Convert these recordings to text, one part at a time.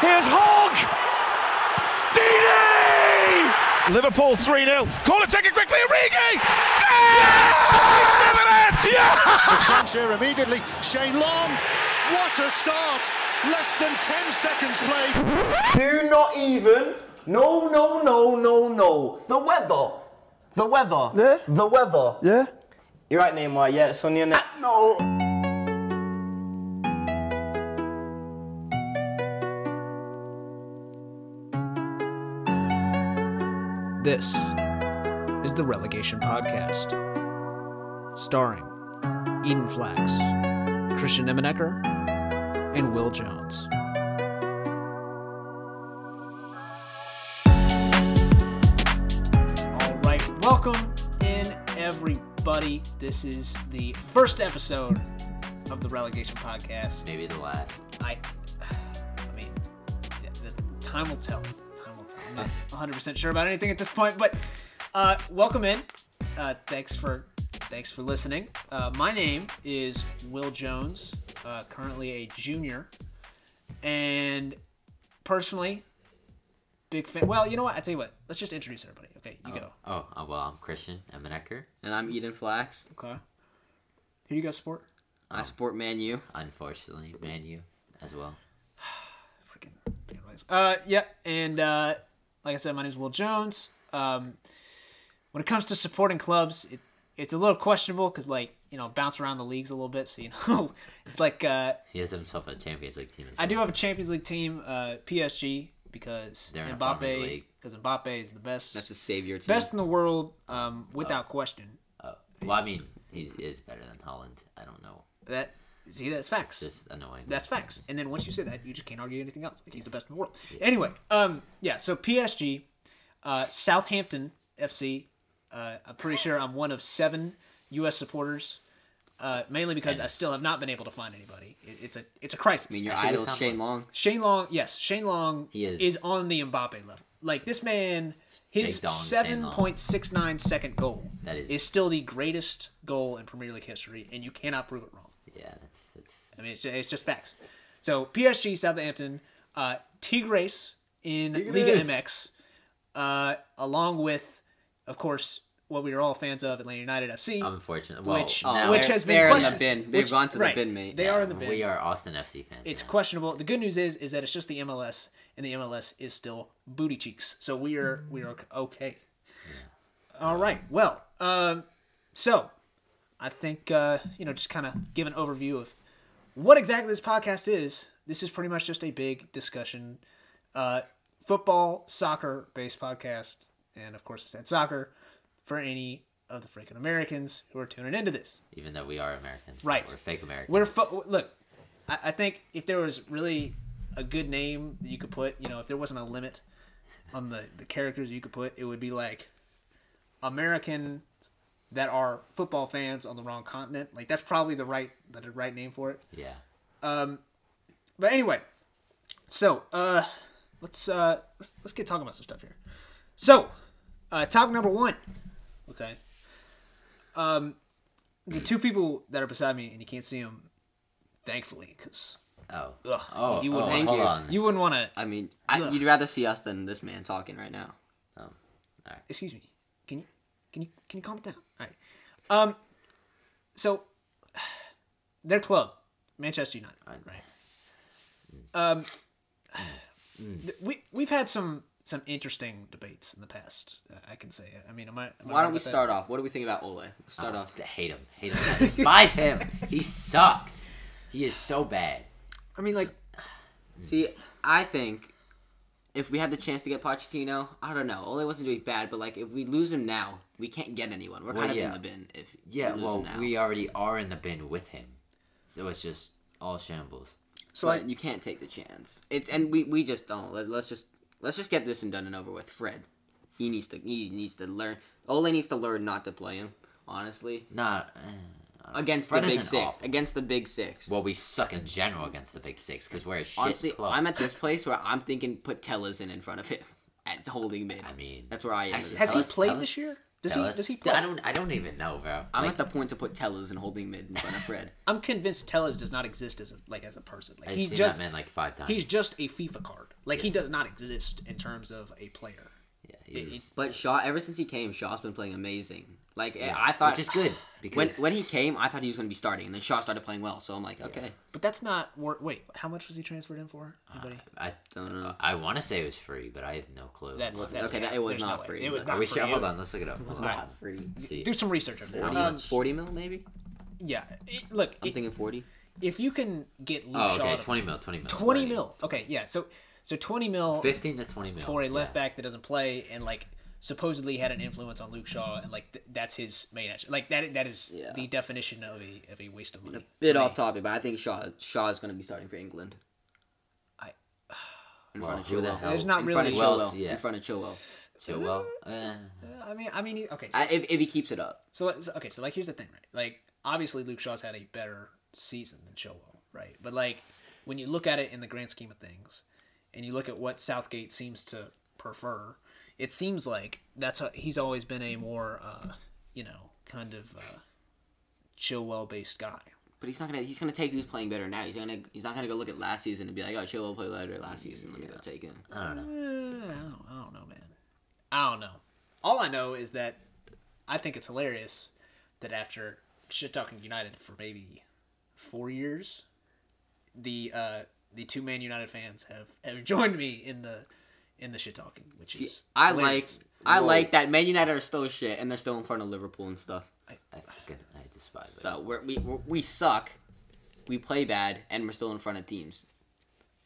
Here's Hogg! DD! Liverpool 3 0. Corner taken quickly. Origi! Yes! Yes! The chance here immediately. Shane Long, what a start! Less than 10 seconds played. Do not even. No, no, no, no, no. The weather. The weather. Yeah? The weather. Yeah? You're right, Neymar. Yeah, it's on your neck. This is the Relegation Podcast, starring Eden Flax, Christian Emenecker, and Will Jones. All right, welcome in, everybody. This is the first episode of the Relegation Podcast. Maybe the last. I, I mean, yeah, the, time will tell. Time will tell. I'm not 100 percent sure about anything at this point, but uh, welcome in. Uh, thanks for thanks for listening. Uh, my name is Will Jones, uh, currently a junior, and personally, big fan. Well, you know what? I tell you what. Let's just introduce everybody. Okay, you go. Oh, uh, well, I'm Christian Emenecker. And I'm Eden Flax. Okay. Who you guys support? I support Man U. Oh. Unfortunately, Man U as well. freaking bandwagons. Uh, yeah, and uh, like I said, my name is Will Jones. Um, when it comes to supporting clubs, it, it's a little questionable because, like, you know, bounce around the leagues a little bit, so you know, it's like uh, He has himself a Champions League team as well. I do have a Champions League team, uh, PSG, because They're in a Farmers Mbappe, League. because Mbappe is the best, That's a savior team. best in the world, um, without question. Oh, well, I mean, he is better than Holland. I don't know. That see, that's It's facts. just annoying. That's facts. And then once you say that, you just can't argue anything else. Like, he's the best in the world. Anyway, um, yeah. So PSG, uh, Southampton FC. Uh, I'm pretty sure I'm one of seven U.S. supporters, uh, mainly because I still have not been able to find anybody. It, it's a it's a crisis. I mean, your It's a- idol is Shane Long. Shane Long, yes, Shane Long He is. on the Mbappe level. Like this man, his Big dong, Shane seven Long. point six nine second goal That is- still the greatest goal in Premier League history, and you cannot prove it wrong. Yeah, that's that's I mean, it's, it's just facts. So PSG, Southampton, uh, Tigres in Liga MX, uh, along with, of course, what we are all fans of, Atlanta United FC, unfortunate. Well, which now which we're- has been Um, they're in the questioned. bin. They've Which- gone to the right, bin, mate. They are in the bin. we are Austin FC fans. It's now. questionable. The good news is is that it's just the MLS, and the MLS is still booty cheeks. So we are we are okay. All right. Well, um, so I think uh, you know just kind of give an overview of what exactly this podcast is. This is pretty much just a big discussion, uh, football, soccer based podcast, and of course it's at soccer for any of the freaking Americans who are tuning into this. even though we are Americans. but Right. We're fake Americans. We're fu- look. I, I think if there was really a good name that you could put, you know, if there wasn't a limit on the the characters you could put, it would be like American that are football fans on the wrong continent. Like that's probably the right the right name for it. yeah. But anyway, so uh, let's uh, let's, let's get talking about some stuff here. So, uh, topic number one. Okay. Um, the two people that are beside me, and you can't see them, thankfully, because Oh. ugh, Oh. you oh, wouldn't, hold you. on. you wouldn't want to. I mean, I, Ugh. you'd rather see us than this man talking right now. Um, Excuse me. Can you can you can you calm it down? All right. Um. So, their club, Manchester United, right? Um. th- We we've had some some interesting debates in the past. uh, I can say. I mean, am I? am I Why right don't we about that? start off? What do we think about Ole? Let's start Oh, off. I hate him. Hate him. I despise him. He sucks. He is so bad. I mean, like, See, I think if we had the chance to get Pochettino, I don't know. Ole wasn't doing bad, but like if we lose him now, we can't get anyone. We're Well, kind of yeah. in the bin. If Yeah, we lose well, him now. we already are in the bin with him, so it's just all shambles. So like, you can't take the chance. It's and we, we just don't. Let, let's just let's just get this and done and over with. Fred, he needs to he needs to learn. Ole needs to learn not to play him. Honestly, Nah, eh, against Fred the big isn't six. awful. Against the big six. well, we suck in general against the big six because we're a shit Honestly, club. I'm at this place where I'm thinking put Tellez in in front of him at holding mid. I mean, that's where I am. actually, has tell he us- played tell us- this year? Does tell he? us- Does he play? I don't. I don't even know, bro. I'm Like, at the point to put Tellez and holding mid in front of Fred. I'm convinced Tellez does not exist as a, like as a person. Like I've he's seen just that man like five times. he's just a FIFA card. Like he does not exist in terms of a player. Yeah, he's, But Shaw, ever since he came, Shaw's been playing amazing. Like eh, I thought, which is good because When when he came, I thought he was going to be starting, and then Shaw started playing well. So I'm like, okay, But that's not. wor- Wait, how much was he transferred in for? Anybody? Uh, I don't know. I want to say it was free, but I have no clue. That's, Look, that's okay, that- cap. it was There's not way. free, It was but- not we free. should, hold on, let's look it up. Let's not not free. see. Do some research on that. Forty. Um, forty mil maybe. yeah, it- look, I'm it- thinking forty. if you can get Luke Oh, Shaw okay, to- twenty mil, twenty mil, 20 mil. Okay, yeah. So so 20 mil fifteen to twenty mil for a yeah. left back that doesn't play and like supposedly had an influence on Luke Shaw and like th- that's his main action. Like that that is Yeah. the definition of a of a waste of money. Bit off topic, but I think Shaw Shaw is going to be starting for England. I- in Well, front of who the Chilwell. hell? There's not in really- front of Well, Chilwell. yeah. In front of Chilwell. Chilwell. Eh, I mean I mean he- okay. So, I, if if he keeps it up, so, let- so- okay, so like here's the thing, right? Like obviously Luke Shaw's had a better season than Chilwell, right? But like when you look at it in the grand scheme of things and you look at what Southgate seems to prefer, it seems like that's a, he's always been a more uh, you know, kind of uh Chilwell based guy. but he's not gonna he's gonna take who's playing better now. He's gonna he's not gonna go look at last season and be like, oh, Chilwell played better last season. Let me go take him. I don't know. I don't, I don't know, Oh, man. I don't know. All I know is that I think it's hilarious that after shit talking United for maybe four years, the uh, the two man United fans have, have joined me in the in the shit talking, which is I like hilarious. I like that Man United are still shit and they're still in front of Liverpool and stuff. I, fucking- I despise it. So we're, we we're, we suck, we play bad, and we're still in front of teams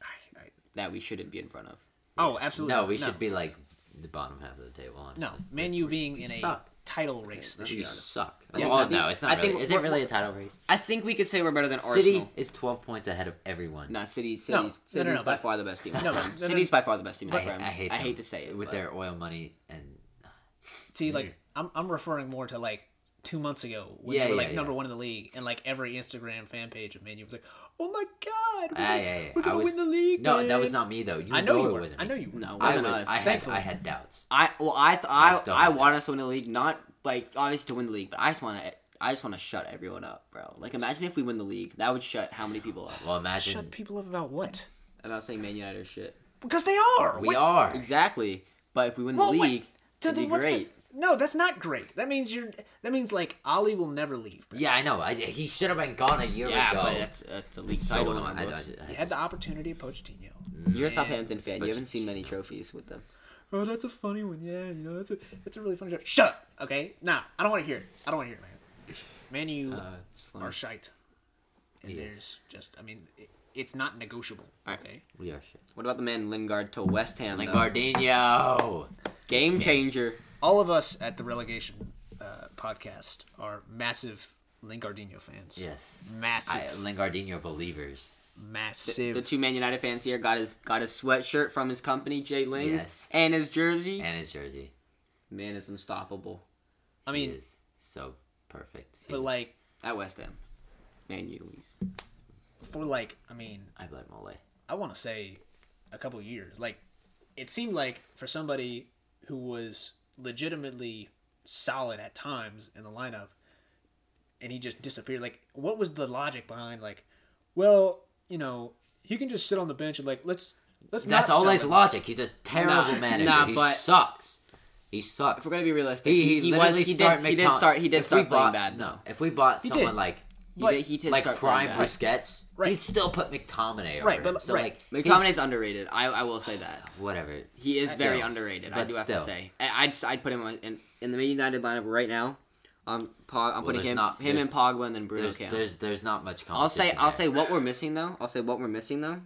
I- I- that we shouldn't be in front of. oh, absolutely. No, we should be like the bottom half of the table. Honestly. no man. You being in a suck. title race this You year. suck. Yeah, well, I think- no, it's not. I think really, is it we're- really a title race? I think we could say we're better than City Arsenal. is twelve points ahead of everyone. No, City, City's, No, City's no, no, no, by but- far the best team. no, No, no, no, no, City's by far the best team. in the I, Prem. I hate. I them hate to say it with but their oil money and See, like I'm, I'm referring more to like two months ago when Mm. Yeah, they were yeah, like number yeah. one in the league, and like every Instagram fan page of Man U was like, "Oh my god, we're Ah, gonna, yeah, yeah. We're gonna I was- win the league." No, that man." was not me though. You I know you it were. wasn't. I know me. you were. No, I wasn't was- us. I had, Thankfully. Ah, I had doubts. I well, I th- I still I hate want us to win the league, not like obviously to win the league, but I just want to I just want to shut everyone up, bro. Like imagine if we win the league, that would shut how many people up? Well, imagine Shut people up about what? About saying Man United are shit. Because they are. we What- are. Exactly, but if we win the well, what- league, to it'd the- be what's the- great. no, that's not great. That means you're. That means like Ali will never leave. bro. Yeah, I know. I, he should have been gone a year Yeah, ago. but that's, that's a league so title. in annoying. my I- I- books. I- He had the opportunity of Pochettino. You're a Southampton fan. You but haven't just- seen many trophies with them. Oh, that's a funny one. Yeah, you know, that's a that's a really funny joke. Shut up. Okay, nah, I don't want to hear it. I don't want to hear it, man. Man, you Uh, are shite, and there's just, I mean, it, it's not negotiable. Okay, we are shit. What about the man Lingard to West Ham? though? Lingardinho. game changer. all of us at the relegation uh, podcast are massive Lingardino fans. Yes. massive, I, Lingardinho believers. massive. um, The two Man United fans here got his got his sweatshirt from his company, Jay Lings, Yes. and his jersey. And his jersey. man is unstoppable I He mean, is so perfect. for He's- like, at West Ham. Man U least. for like, I mean, I blame Mole. I want to say a couple of years. Like it seemed like for somebody who was legitimately solid at times in the lineup and he just disappeared like what was the logic behind like well, you know, he can just sit on the bench and like let's let's That's not sell always him. logic. He's a terrible Nah, manager. nah, he but- sucks. He sucks. If we're gonna be realistic, he, he, he, he, was, literally he, did, start he did McTom- start he did if we start playing bought- bad though. No, if we bought did. someone like He did, he did like start prime playing bad. Busquets, Right. he'd still put McTominay over Right, him. but- so right. like McTominay's underrated. I, I will say that. he's- whatever. He is very Still. underrated. I But do have to still. say. I, I'd I'd put him on, in in the Man United lineup right now. Um, Pog, I'm putting there's him not- him there's- and Pogba and then Bruno There's, Cam. there's there's not much competition. I'll say I'll there. say what we're missing though. I'll say what we're missing though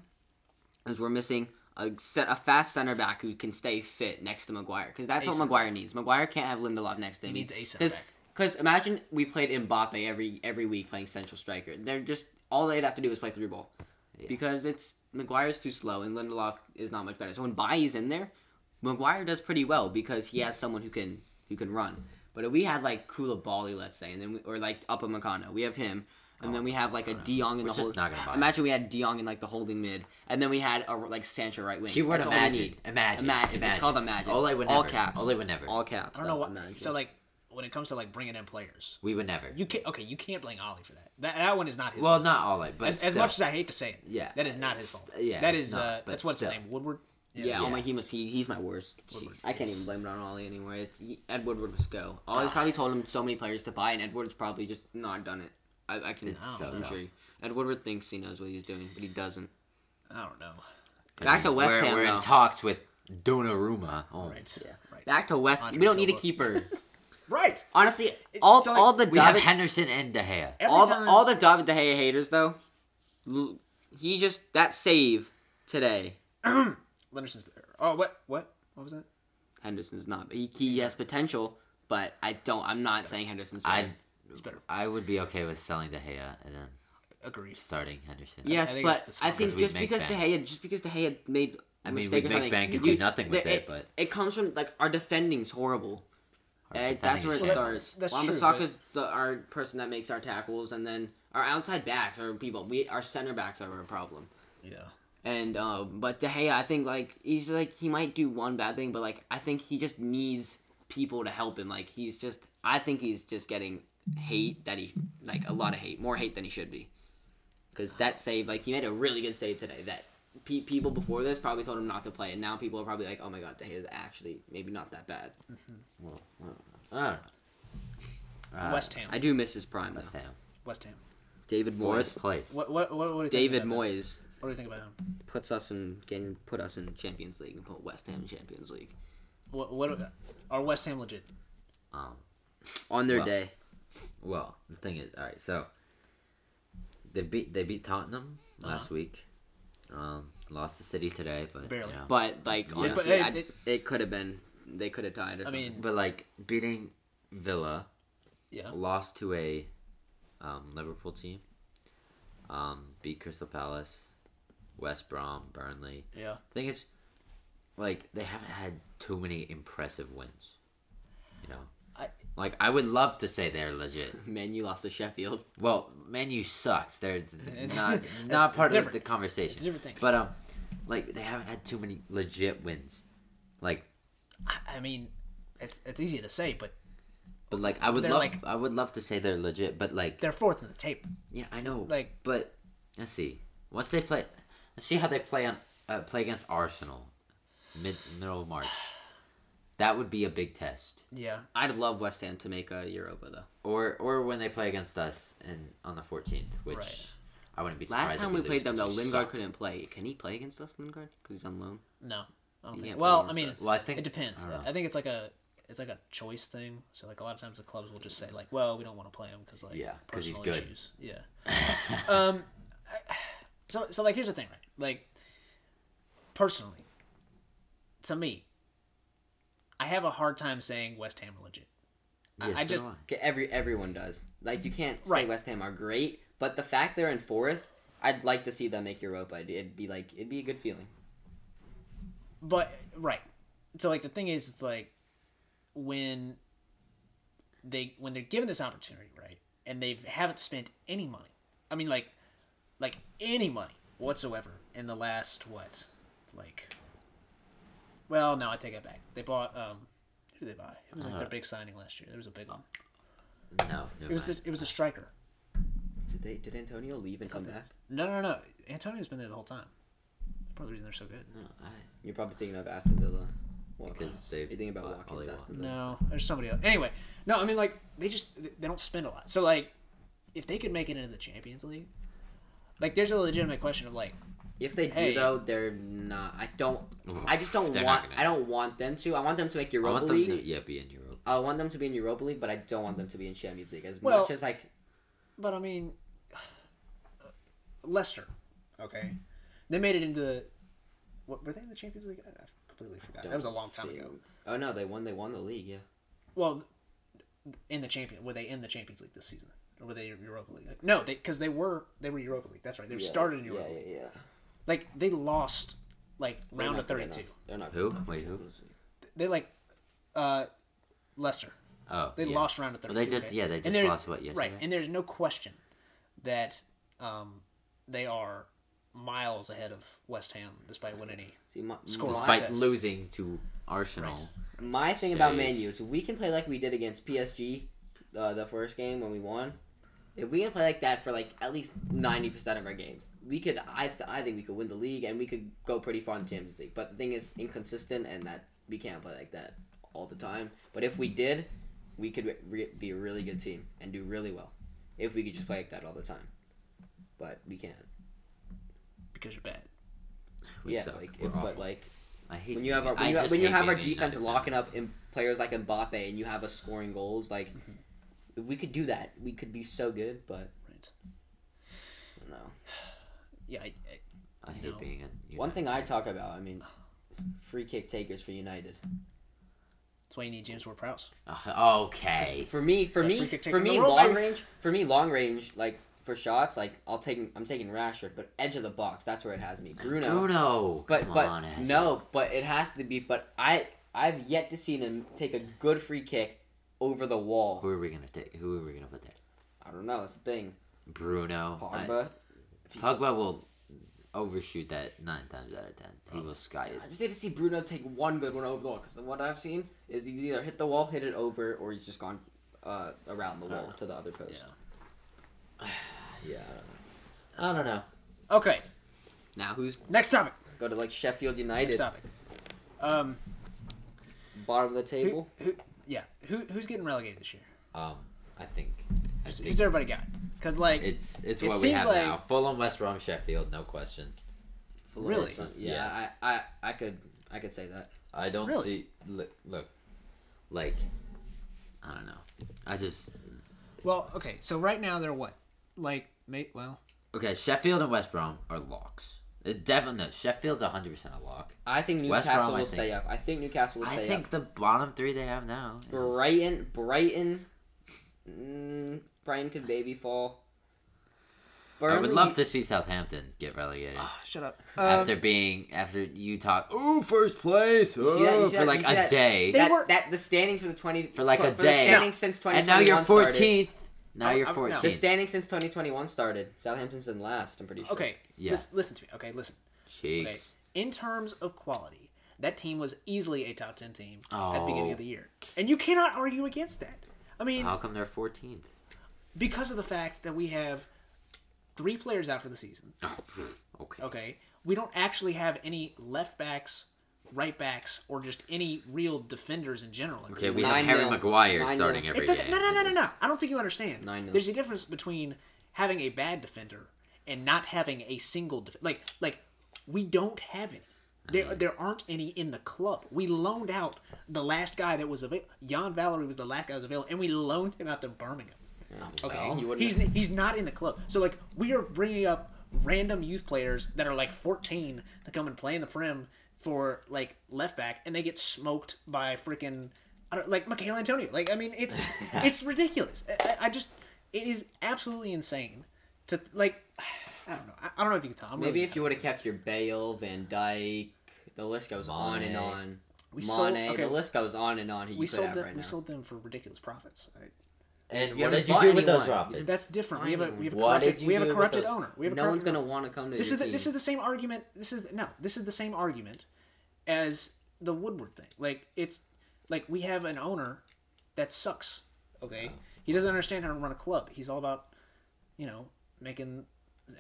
is we're missing a set a fast center back who can stay fit next to Maguire because that's center what Maguire needs. Maguire can't have Lindelof next to him. needs a center back. Because imagine we played Mbappe every every week playing central striker. They're just all they'd have to do is play through ball because it's Maguire's too slow and Lindelof is not much better. So when Bailly's in there, Maguire does pretty well because he has someone who can who can run. But if we had like Koulibaly, let's say, and then we, or like Upper Makano, we have him, and Oh, then we have like a De Jong in the just whole. not gonna buy it. Imagine we had De Jong in like the holding mid, and then we had a, like Sancho right wing. Keyword That's all we imagine. need. Imagine. imagine. It's called imagine. Ole would never. All caps. Ole would never. All caps. I don't know what Imagine. so like when it comes to like bringing in players. we would never. You can not okay, you can't blame Ollie for that. That that one is not his well, fault. not Ole, but as, as still. much as I hate to say it. Yeah, that is not his it's- fault. yeah, that it's is not, uh but that's what's still. his name Woodward. Yeah, oh my, he must. He, he's my worst. Jeez, I can't even blame it on Ollie anymore. It's, he, Ed Woodward must go. Ah. Ollie's probably told him so many players to buy, and Ed Woodward's probably just not done it. I, I can. I'm sure. he- Ed Woodward thinks he knows what he's doing, but he doesn't. I don't know. Back to West we're, Ham We're though. in talks with Donnarumma. Oh. Right. Yeah. Right. Back to West. Andre we don't need a Silva. keeper. Right. Honestly, all so, like, all the We have David, Henderson and De Gea. Every all, time- the, all the David De Gea haters though. l- He just that save today. Lenderson's better. Oh, what? What? What was that? Henderson's not. He, he has potential, but I don't. I'm not saying Henderson's. I better. I would be okay with selling De Gea and then Agreed. starting Henderson. Yes, I think it's the but I smart- think Because we just make because De bank. Gea, just because De Gea made, I mean, mistake we or make something, bank and you do nothing with it, but- it comes from like our defending's horrible. Eh, that's defending where is it terrible. starts. That's Wan true, Bissaka's the our person that makes our tackles, and then our outside backs are people. We our center backs are a problem. Yeah. And um, but De Gea, I think like he's like he might do one bad thing, but like I think he just needs people to help him. Like he's just, I think he's just getting hate that he like a lot of hate, more hate than he should be. Because that save, like he made a really good save today. That pe- people before this probably told him not to play, and now people are probably like, oh my god, De Gea is actually maybe not that bad. I don't know. West Ham. I do miss his prime. West though. Ham. West Ham. David Fourth Morris, place. What? What? What? what do you David think about that? Moyes What do you think about him? puts us in can put us in Champions League and put West Ham in Champions League What? What? Are West Ham legit? Um, on their Well, day. well, the thing is, all right. So they beat they beat Tottenham last Uh-huh. week. Um, lost to City today, but Barely. You know, But like honestly, hey, I- it- it, could have been. They could have died. I mean, but like beating Villa, yeah. lost to a um, Liverpool team. Um, beat Crystal Palace, West Brom, Burnley. Yeah. Thing is, like they haven't had too many impressive wins. You know, I- like I would love to say they're legit. man, you lost to Sheffield. Well, menu sucks. They're it's It's- not it's- it's it's not part of different. the conversation. It's a different thing. But um, like they haven't had too many legit wins. Like, I mean, it's it's easy to say, but but like I would They're love like- I would love to say they're legit, but like they're fourth in the table. yeah, I know. like- but let's see. Once they play, let's see how they play on uh, play against Arsenal, mid middle of March. That would be a big test. Yeah. I'd love West Ham to make a Europa though. Or or when they play against us and on the fourteenth, which Right. I wouldn't be surprised. Last if time we lose played them though, 'cause we Lingard suck. couldn't play. Can he play against us, Lingard? Because he's on loan. No. I don't Yeah, think. but Well, what I is mean, that? Well, I think- it depends. I I, don't know. think it's like a it's like a choice thing. So like a lot of times the clubs will just say like, well, we don't want to play him because like Yeah, 'cause he's personal good. issues. Yeah. um. I- So so like here's the thing, right? Like personally, to me, I have a hard time saying West Ham are legit. I- Yeah, I so just do I. Okay, every everyone does. Like you can't say Right. West Ham are great, but the fact they're in fourth, I'd like to see them make Europa. It'd- It'd be like it'd be a good feeling. But right. So like the thing is it's like when they when they're given this opportunity, right? And they haven't spent any money. I mean like like any money whatsoever in the last what? Like Well, no, I take it back. They bought um who did they buy? It was like their big signing last year. There was a big one. No, never It was mind. a, it was a striker. Did they? Did Antonio leave and come back? No, no, no. Antonio's been there the whole time. That's probably the reason they're so good. No, I- You're probably thinking of Aston Villa. Because Watkins. they you think about bought Watkins, Ollie Aston Villa. No, there's somebody else. Anyway, no, I mean like they just they don't spend a lot. So like if they could make it into the Champions League, like there's a legitimate question of like If they do Hey. though, they're not. I don't. I just don't They're not want. gonna. I don't want them to. I want them to make Europa I want them League. to yeah be in Europe. I want them to be in Europa League, but I don't want them to be in Champions League. As Well- much as like, but I mean uh, Leicester, okay, they made it into what were they in the Champions League? I I completely forgot. that was a long time ago. oh no, they won. They won the league. Yeah, Well, in the champion were they in the Champions League this season? Or were they Europa League? Like, no, they because they were they were Europa League. That's right. They were started in yeah, Europa yeah, League. yeah. Like they lost like They're round not of thirty good two. enough. They're not. Who? good enough. Wait, who? They like uh Leicester. Oh, They yeah. lost round of Well, 32. they just okay? yeah they And just there's- lost what yesterday. Right, and there's no question that um, they are miles ahead of West Ham despite winning any. See, my, Score my- line. despite Context. losing to Arsenal. my thing about Jeez. Man U is if we can play like we did against PSG, uh, the first game when we won. If we can play like that for like at least ninety percent of our games, we could. I th- I think we could win the league and we could go pretty far in the Champions League. But the thing is inconsistent, and that we can't play like that all the time. But if we did, we could re- re- be a really good team and do really well if we could just play like that all the time. But we can't. because you're bad. We yeah, suck. like We're if, but awful. like I hate when you have our, when I you, have- just when you hate have our being a United defense fan. locking up in players like Mbappe and you have us scoring goals, like if we could do that, we could be so good. But Mm-hmm. Right. I don't know. Yeah. I, I, I hate you know. being a United One thing I talk about, I mean, free kick takers for United. that's why you need James Ward-Prowse. Uh, okay. For me, for Best me, free kick taker for in the me, world, long baby. range. For me, long range, like for shots, like I'll take, I'm taking Rashford, but edge of the box, that's where it has me. Bruno. But Come but on, Ezra. no, but it has to be. But I I've yet to see him take a good free kick over the wall. Who are we gonna take? Who are we gonna put there? I don't know. That's the thing. Bruno. I- Pogba. If he's- Pogba will overshoot that nine times out of ten. He will sky I it. just need to see Bruno take one good one over the wall because what I've seen is he's either hit the wall, hit it over, or he's just gone uh, around the Oh. wall to the other post. Yeah. I don't know. Okay. Now who's Next topic. go to like Sheffield United, Next topic. Um. bottom of the Who, table? who, yeah. Who, who's getting relegated this year? Um, I think. I Who's think everybody got? Because like it's it's It what we seems have like- now. Fulham, West Brom, Sheffield, no question. Really? Yeah, Yes. I, I I could I could say that. I don't Really? see. Look, look, like, I don't know. I just Well, okay. So right now they're what? Like, mate. Well, okay. Sheffield and West Brom are locks. It definitely no. Sheffield's hundred percent a lock. I think West Newcastle Brom, I will think. stay up. I think Newcastle will I stay think up. the bottom three they have now. Is, Brighton Brighton, mm, Brighton could maybe fall. I would love Burnley- to see Southampton get relegated Ah, shut up. after being after you talk. Ooh, first place. see that- um, you ooh," see for that- like you a see that- day. that, were- that the standings for the twenty for like a for day. The standings since twenty and twenty one. now you're Started. Oh, 14th. Now I'm- you're I'm- no. 14th. The standings since twenty twenty one started. Southampton's in last. I'm pretty sure. Um, Okay. Yeah. Lis- listen to me. Okay, listen. Cheeks. Okay. In terms of quality, that team was easily a top ten team at the beginning of the year, and you cannot argue against that. I mean, How come they're 14th? because of the fact that we have three players out for the season. Oh, pff, okay. Okay, we don't actually have any left backs, right backs, or just any real defenders in general. at this Okay, we have Nine Harry nil. Maguire Nine starting nil. every It doesn't, game. no, no, no, no, no. I don't think you understand. Nine nil. There's a difference between having a bad defender and not having a single def- like like we don't have any. There, there aren't any in the club. We loaned out the last guy that was available. Jan Valerie was the last guy that was available, and we loaned him out to Birmingham. Okay, you wouldn't he's he's not in the club. So like we are bringing up random youth players that are like 14 to come and play in the prim for like left back, and they get smoked by freaking I don't, like Michael Antonio. Like I mean, it's it's ridiculous. I- I, I just it is absolutely insane to like I don't know. I, I don't know if you can tell. I'm Maybe really- if you would have kept your Bale, Van Dyke, the list goes on and Mane. on. We Mane, sold- okay. the list goes on and on. Who you we could sold have them, right we now. sold them for ridiculous profits. Right? And You what haven't did you bought do with those anyone. profits? That's different. We have a we have a What did corrupted, you we have do a with corrupted those? owner. We have a no corrupted one's gonna owner. want to come to this your is the, team. this is the same argument. This is no, this is the same argument as the Woodward thing. Like it's like we have an owner that sucks. Okay, he doesn't understand how to run a club. He's all about you know making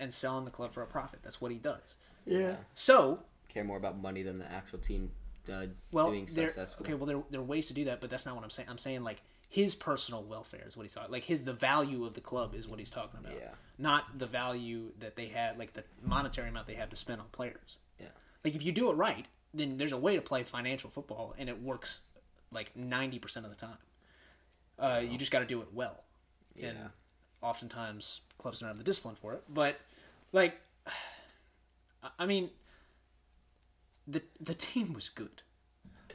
and selling the club for a profit. That's what he does. Yeah. So care more about money than the actual team uh, well, doing there, successful. okay, well there there are ways to do that, but that's not what I'm saying. I'm saying like his personal welfare is what he's talking. Like his the value of the club is what he's talking about. Yeah. Not the value that they have, like the monetary amount they have to spend on players. Yeah. Like if you do it right, then there's a way to play financial football, and it works like ninety percent of the time. Uh, You just got to do it well, and Yeah. oftentimes clubs don't have the discipline for it. But like, I- I mean, the the team was good.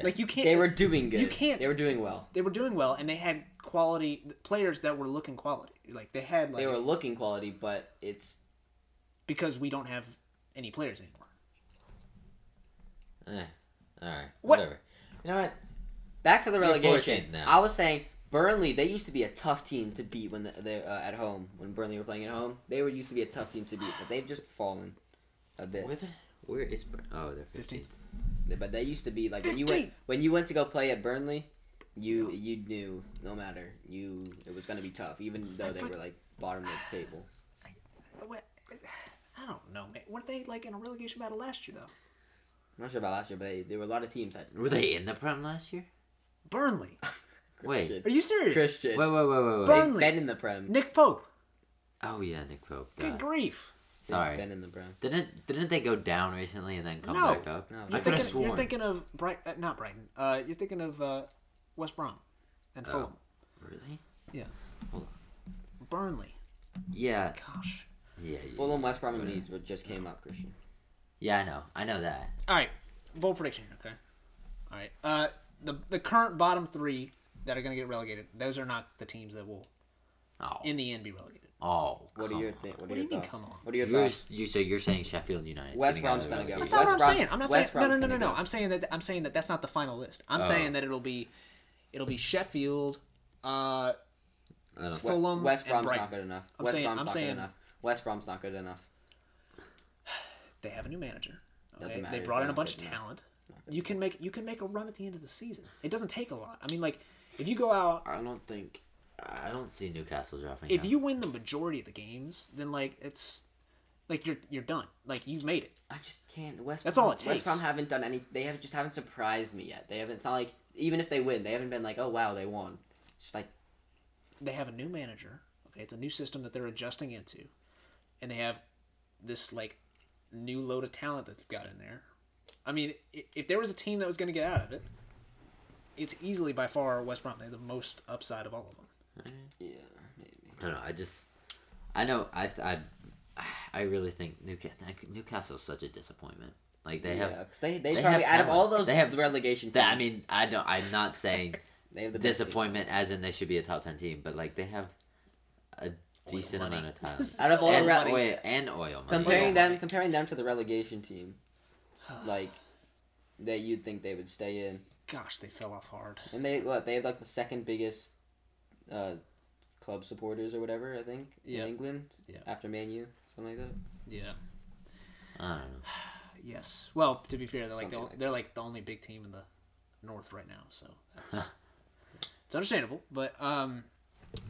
Like you can't. They were doing good. You can't. They were doing well. They were doing well, and they had quality players that were looking quality. Like they had like They were looking quality, but it's because we don't have any players anymore. Eh, all right, What- whatever. You know what? back to the You're relegation. 14th now. I was saying Burnley. They used to be a tough team to beat when the, they uh, at home. When Burnley were playing at home, they were used to be a tough team to beat, but they've just fallen a bit. Where, the, where is Bur- Oh, they're 15th. But they used to be like when you went 15. when you went to go play at Burnley, you you knew no matter you it was gonna be tough, even though they were like bottom of the table. What- I don't know, man. Weren't they like in a relegation battle last year though? I'm not sure about last year, but they, there were a lot of teams that. Were they in the Prem last year? Burnley. Wait. Are you serious? Christian. Wait, wait, wait, wait, wait. Burn- They've been in the Prem. Nick Pope. Oh yeah, Nick Pope. Good God. grief. They've Sorry. Been in the Prem. Didn't didn't they go down recently and then come No. back up? No. I You're could have thinking, sworn. you're thinking of Bright, uh, not Brighton. Uh, you're thinking of uh, West Brom and Oh. Fulham. Really? Yeah. Hold Burnley. Yeah. Gosh. Yeah. Yeah. Fulham, West Brom, and Leeds, which just came up, Christian. yeah, I know. I know that. All right. Bold prediction. Okay. All right. Uh, the the current bottom three that are going to get relegated. Those are not the teams that will Oh. in the end be relegated. oh. What come are your on. thi- What, What are do your you mean, ththoughts? come on? What are your You're, thoughts? you so you're saying Sheffield United? West Brom's gonna go. That's That's not what I'm West Brom- saying. I'm not West saying no, Brom's no, no, no, gonna no. go. I'm saying that I'm saying that that's not the final list. Oh. I'm saying that it'll be, it'll be Sheffield, uh, Uh, Fulham, West and Brom's Brighton. not good enough. I'm West saying- Brom's I'm not saying- good enough. West Brom's not good enough. They have a new manager. Doesn't Okay? They matter. brought in a Not bunch of good enough. talent. You can make you can make a run at the end of the season. It doesn't take a lot. I mean, like if you go out, I don't think. I don't see Newcastle dropping. if out. you win the majority of the games, then like it's like you're you're done. Like you've made it. I just can't. West. That's Brom, all it takes. West Brom haven't done any. They have just haven't surprised me yet. They haven't. It's not like even if they win, they haven't been like, oh wow, they won. It's just like They have a new manager. Okay, it's a new system that they're adjusting into, and they have this like new load of talent that they've got in there. I mean, i- if there was a team that was going to get out of it, it's easily by far West Brom. They have the most upside of all of them. yeah, maybe. I don't know. I just, I know. I th- I, I really think Newcastle. Newcastle's such a disappointment. Like they Yeah, have. 'cause they they, they probably have out of all talent. those They have- relegation. That, I teams, mean, I don't. I'm not saying they have the best team. disappointment as in they should be a top ten team, but like they have a decent money. amount of talent. Out of all and the re- oil and oil money. comparing them comparing them to the relegation team, like that you'd think they would stay in, Gosh, they fell off hard. and they what they have like the second biggest, uh, club supporters or whatever I think Yeah. in England Yeah. after Man U something like that. Yeah. I don't know. Yes. Well, to be fair, they're like, the, Something like they're like the only big team in the north right now, so that's it's understandable. But um,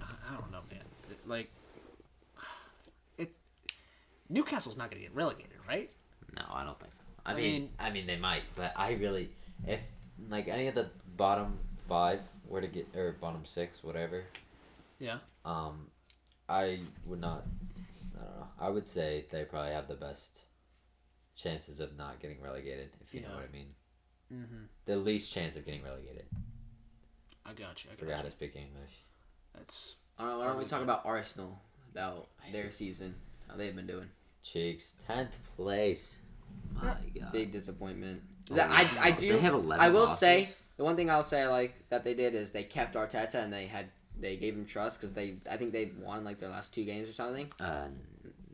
I I don't know, man. It- Like, it's Newcastle's not going to get relegated, right? No, I don't think so. I, I mean, mean- I mean they might, but I really, if like any of the bottom five were to get or bottom six, whatever, Yeah. um, I would not. I don't know. I would say they probably have the best chances of not getting relegated. If you know Yeah. what I mean. The least chance of getting relegated. I got you. I Forgot got how to you. speak English. That's I don't know, why don't we talk about Arsenal about their season, how they've been doing? Cheeks, tenth place. My God. Big disappointment. Oh, That- Uh, I, I wow. do. They have 11 I will losses. say the one thing I'll say I like that they did is they kept Arteta and they had they gave him trust because they I think they won like their last two games or something. Uh,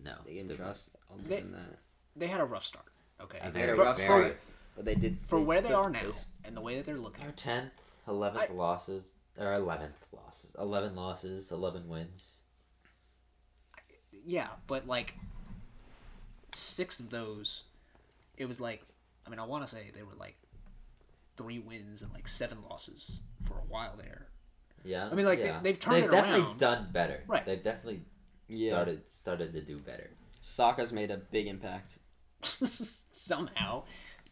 no. They gave him They're- trust. I'll give They- them that. they had a rough start. Okay. Uh, They had a Very- rough very- start, but they did For where they still- are now s- and the way that they're looking, Our tenth, eleventh losses, or eleventh losses, eleven losses, eleven wins. yeah, but like six of those, it was like, I mean, I want to say they were like three wins and like seven losses for a while there. Yeah, I mean, like, they- yeah. they've turned They've it definitely around. done better. Right. They've definitely Yeah. started started to do better. Saka's made a big impact. Somehow,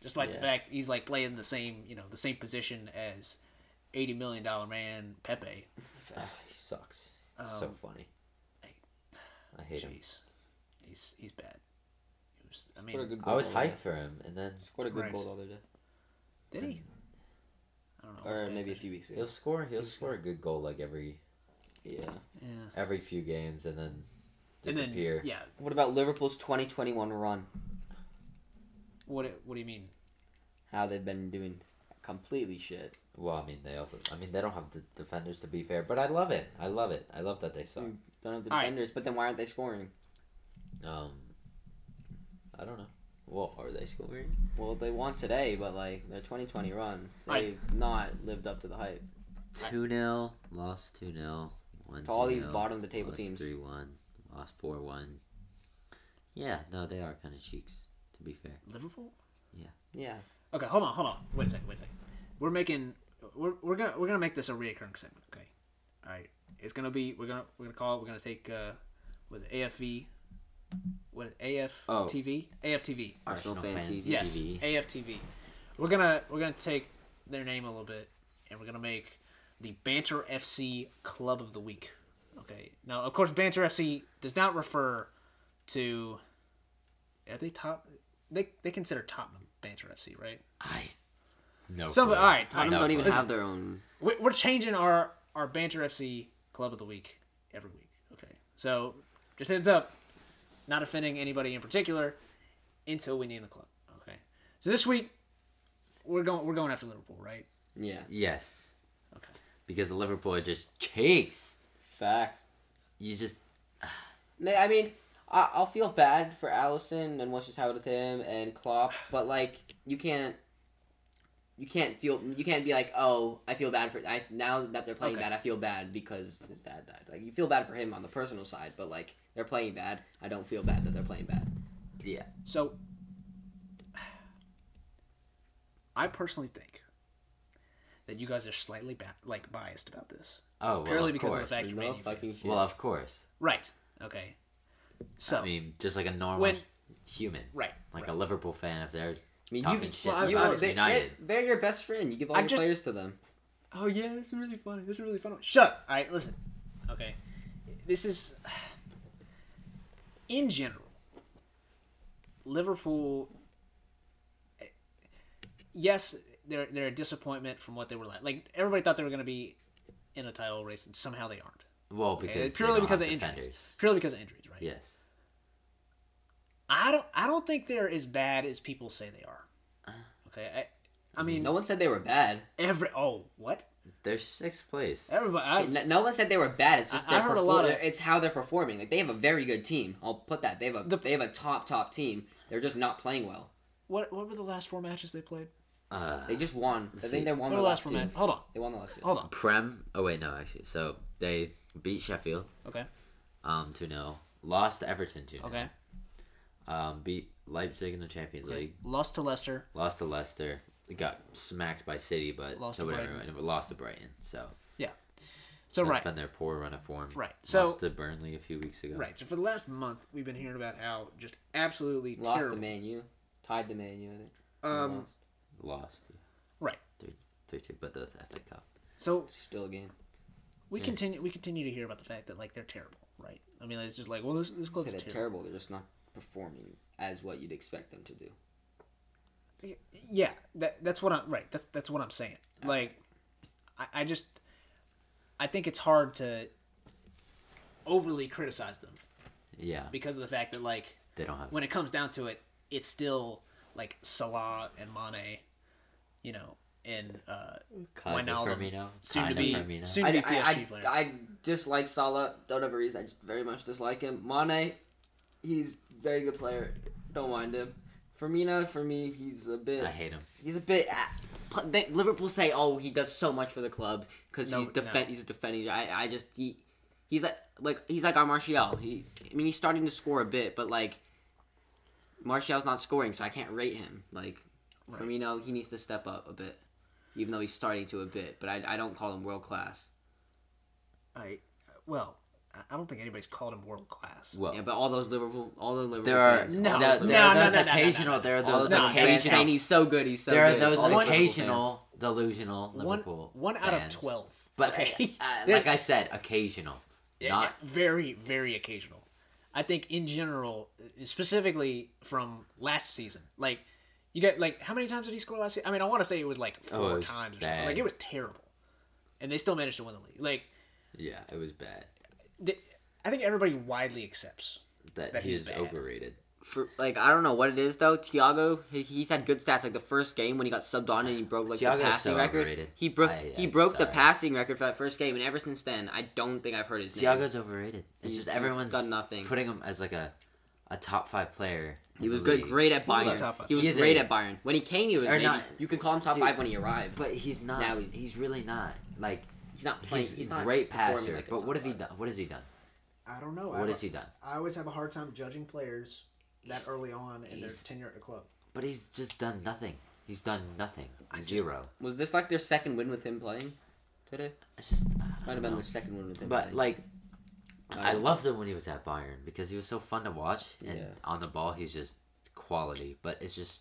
just by the fact he's like playing the same, you know, the same position as eighty million dollar man Pepe. Ugh, he sucks. He's so funny. I hate him. Um, Jeez, he's he's bad. He was, I What a mean, good. I Goal was the other hyped day. for him, and then Scored a good Right. goal the other day, did he? I don't know. or It's maybe a bad. few weeks he'll ago. score. He'll score a good goal like every Yeah. Yeah. every few games, and then And then disappear. yeah. What about Liverpool's 2021 run? What what do you mean? How they've been doing completely shit. Well, I mean, they also. I mean, they don't have the defenders to be fair, but I love it. I love it. I love that they suck. Don't have the All right. defenders, but then why aren't they scoring? Um, I don't know. Well, are they scoring? Well, they won today, but like their 2020 run, All they've not lived up to the hype. Two 0 lost two 0 To all these bottom of the table teams. Three one, lost four one. Yeah, no, they are kind of cheeks. To be fair, Liverpool? Yeah, Okay, hold on, hold on. Wait a second, wait a second. We're making we're, we're gonna we're gonna make this a reoccurring segment, okay? Alright. It's gonna be we're gonna we're gonna call it, we're gonna take uh was it AFV, what is it, AF Oh. TV, AFTV. Arsenal fan Fan TV. TV. Yes, AFTV. We're gonna we're gonna take their name a little bit, and we're gonna make the Banter FC Club of the Week. Okay. Now, of course, Banter FC does not refer to. Are they top? They they consider Tottenham Banter FC, right? I no. Some clue. all right. I Tottenham know don't even clue. have their own. We- We're changing our our Banter FC Club of the Week every week. Okay. So just heads up, not offending anybody in particular, until we name the club. Okay. So this week, we're going we're going after Liverpool, right? Yeah. Yes, Okay. because Liverpool just chase. Facts. You just May- I mean, I, I'll feel bad for Allison and what's just happened with him and Klopp, but like you can't, you can't feel, you can't be like, oh, I feel bad for I now that they're playing Okay. bad, I feel bad because his dad died. Like you feel bad for him on the personal side, but like they're playing bad, I don't feel bad that they're playing bad. yeah. So, I personally think that you guys are slightly ba- like biased about this, Oh, well, purely of because course. of the fact you're No Man U fucking fans. shit. Well, of course. Right. Okay. So, I mean, just like a normal Oh. When- hu- human, right. Like right. a Liverpool fan, if they're mean, you talking could- shit well, I- about I- Man they, United, are your best friend. You give all I your just- players to them. oh yeah, that's really funny. That's really funny. Shut. up. All right, listen. Okay, this is in general. Liverpool. eh, Yes, they're they're a disappointment from what they were like. Like everybody thought they were going to be in a title race, and somehow they aren't. well, Okay, because they purely don't because of have injuries. defenders. Purely because of injuries, right? Yes. I don't. I don't think they're as bad as people say they are. Uh. Okay. I, I mean, No one said they were bad. every. Oh, what? They're sixth place. Everybody. I, No no one said they were bad. It's I- just I their heard a perfor- lot of- It's how they're performing. Like they have a very good team. I'll put that. They have a The- they have a top top team. They're just not playing well. what? What were the last four matches they played? Uh, They just won. I see. think they What won were the the last last four two. matches? Hold on. They won the last two. Hold on. Prem. Oh wait, no, actually. So they beat Sheffield Okay. um two 0 lost to Everton two 0 Okay. um beat Leipzig in the Champions League, Lost to Leicester. lost to Leicester, got smacked by City, but Lost so to whatever, Brighton. and lost to Brighton. So Yeah. So that's right. been their poor run of form. Right, so- lost to Burnley a few weeks ago. Right. So for the last month, we've been hearing about how just absolutely Lost terrible. to Man U. Tied to Man U. I think. Um, Lost. lost Right. three three two, but that's FA Cup. So Still a game. we continue. We continue to hear about the fact that like they're terrible. Right. I mean, it's just like, well, this this Say club's they're terrible. terrible. They're just not performing as what you'd expect them to do. Yeah, that that's what I'm right. That's that's what I'm saying. Like, I, I just, I think it's hard to overly criticize them Yeah, because of the fact that like they don't have. when it comes down to it, it's still like Salah and Mane, you know, and uh, Kinda Wijnaldum, Firmino, soon to kinda be Firmino. soon to I, be I, PSG I, player. I dislike Salah. Don't ever reason. I just very much dislike him. Mane, he's a very good player. Don't mind him. Firmino, for me, he's a bit. I hate him. He's a bit. ah, pl- They, Liverpool say, "Oh, he does so much for the club because No, he's defen- no. he's a defending." I, I just he, he's like like he's like our Martial. He, I mean, he's starting to score a bit, but like Martial's not scoring, so I can't rate him. Like Firmino, he needs to step up a bit, even though he's starting to a bit. But I, I don't call him world class. I well, I- I don't think anybody's called him world class. Well, Yeah, but all those Liverpool, all the Liverpool there are fans, No, there, there no, are no, those no, no, no, no. occasional. There are all those those Liverpool fans occasional. saying he's so good, he's so there are good. those All the Liverpool fans. occasional delusional one Liverpool. one out of fans. twelve. But okay? uh, They're- like I said, occasional. Not very very occasional i think in general specifically from last season like you get like how many times did he score last season i mean i want to say it was like Oh, four it was times or bad. something like it was terrible and they still managed to win the league like yeah, it was bad. they, i think everybody widely accepts That, That he he's is bad. overrated. for like I don't know what it is though. Tiago, he, he's had good stats. Like the first game when he got subbed on and he broke like Thiago's the passing so record. overrated. He broke I- he I'm broke the sorry. passing record for that first game, and ever since then, I don't think I've heard his name. Thiago's overrated. It's He's- just he's everyone's done nothing. putting him as like a a top five player. He in was the good, league. great at was a Bayern. top five. He was He is great a- at Bayern. When he came, he was Or maybe, not- you could call him top Dude, five when he arrived. But he's not. Now he's, he's- really not. Like he's not playing. he's, He's, not great performing passer. like a but top what have he five. done? What has he done? i don't know What has he done? i always have a hard time judging players that early on in their tenure at the club But he's just done nothing. He's done nothing. Zero. Was this like their second win with him playing today? It's just I don't Might have been know. their second win with him. But playing. like, I loved him when he was at Bayern because he was so fun to watch, and Yeah. on the ball he's just quality. But it's just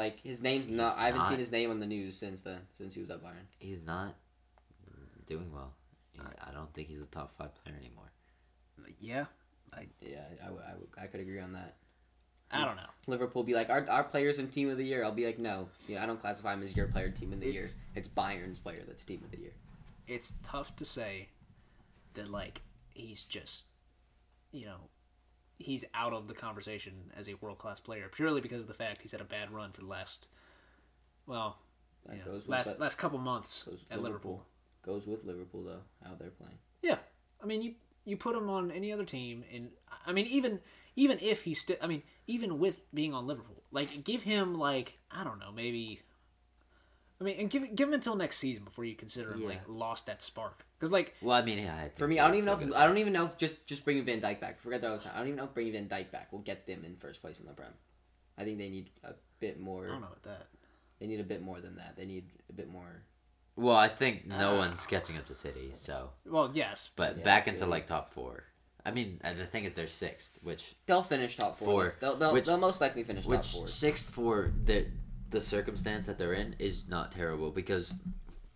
Like his name's not. I haven't not- seen his name on the news since then. Since he was at Bayern. he's not doing well. Uh, He's, I don't think he's a top five player anymore. Yeah, Yeah, I, would- I, would- I could agree on that. I don't know. Liverpool be like our, our players in team of the year. I'll be like, no, yeah, I don't classify him as your player team of the It's- year. It's Bayern's player that's team of the year. It's tough to say that like he's just, you know, he's out of the conversation as a world class player purely because of the fact he's had a bad run for the last, well, That yeah, goes with last that- last couple months goes with at Liverpool. Goes with Liverpool though, how they're playing. Yeah, I mean, you you put him on any other team, and I mean, even even if he's still, I mean, even with being on Liverpool, like give him like I don't know, maybe. I mean, and give give him until next season before you consider him like lost that spark, because like Well, I mean, yeah, I think For me, I don't he's even know. still If, good. I don't even know if just just bringing Van Dyke back. Forget that. I was- I don't even know if bringing Van Dyke back will get them in first place in the Prem. I think they need a bit more. I don't know about that. They need a bit more than that. They need a bit more. Well, I think no Uh, one's catching up to City, so Well, yes, but back into like top four. I mean, uh, the thing is, they're sixth, which They'll finish top four. Four. Let's- They'll, they'll, Which- they'll most likely finish which top four. sixth for the the circumstance that they're in is not terrible because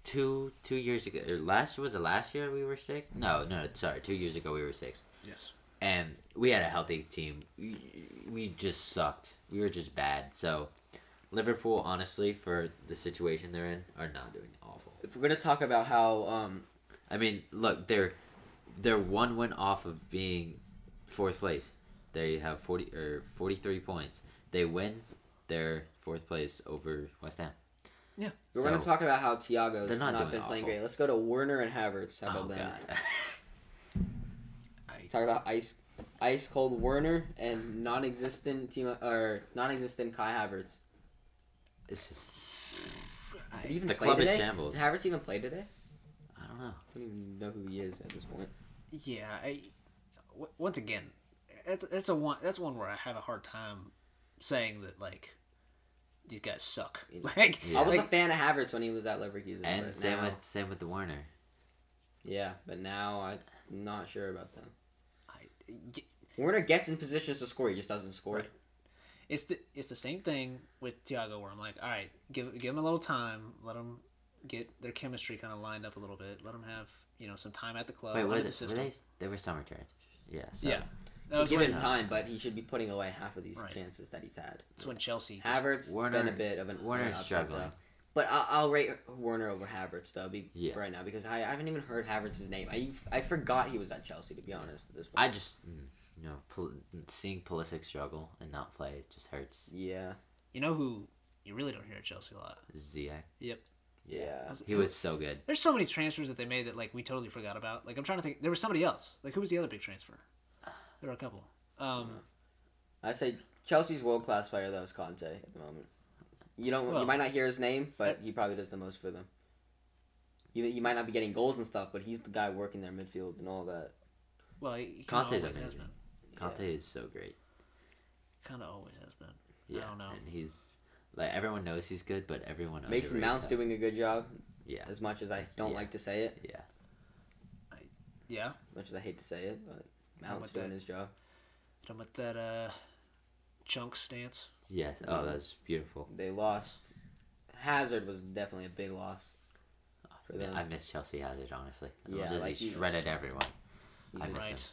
two two years ago, or last was it last year we were sixth? No, no, sorry, two years ago we were sixth, yes, and we had a healthy team. We, we just sucked. We were just bad. So Liverpool, honestly, for the situation they're in, are not doing awful. If we're gonna talk about how um, I mean, look, they're they're one win off of being fourth place. They have forty or forty three points. They win their fourth place over West Ham. yeah. We're going So- to talk about how Tiago's They're not, not doing been playing awful. great. Let's go to Werner and Havertz. How Oh about god. that? Talk about ice, ice cold Werner and non-existent team or non-existent Kai Havertz. it's just Did he even The play club is today? shambles. Did Havertz even play today? I don't know. I don't even know who he is at this point. Yeah, I w- once again, that's that's a one that's one where I have a hard time saying that like these guys suck. Like, I was like a fan of Havertz when he was at Leverkusen. And but same now- with same with the Warner. yeah, but now I'm not sure about them. I- Werner gets in positions to score. He just doesn't score. Right. it's the it's the same thing with Tiago where I'm like, all right, give give him a little time, let him get their chemistry kind of lined up a little bit, let him have you know some time at the club, Wait, what under is the it? Were system. they, they were summer transfers. Yeah. So yeah, that was Give when, uh, him time, but he should be putting away half of these Right. chances that he's had. that's when Chelsea. Just, Havertz Werner- been a bit of an Werner's an upset, struggling. though. But I'll, I'll rate Werner over Havertz though, be, Yeah. right now because I, I haven't even heard Havertz's name. I I forgot he was at Chelsea to be honest at this point. I just mm, you know Pul- seeing Pulisic struggle and not play just hurts. yeah you know who you really don't hear at Chelsea a lot. Ziyech. Yep. yeah He was so good. There's so many transfers that they made that like we totally forgot about. Like I'm trying to think, there was somebody else. Like who was the other big transfer? There were a couple. Um, I say Chelsea's world class player though is Conte at the moment. You don't Well- you might not hear his name, but he probably does the most for them. You you might not be getting goals and stuff, but he's the guy working their midfield and all that. well, he, he kind of Conte's always has amazing. been. Conte is so great. Kind of always has been. Yeah. I don't know. And he's like everyone knows he's good, but everyone Mason underrates Mount's him. doing a good job, Yeah. as much as I don't Yeah. like to say it, Yeah. Yeah. as much as I hate to say it, but Mount's with doing that. his job. Done with that uh, chunk stance. Yes. Oh, that's beautiful. they lost. Hazard was definitely a big loss for them. I miss Chelsea Hazard honestly. As Yeah, much as like, he he's- shredded everyone. I miss him. right.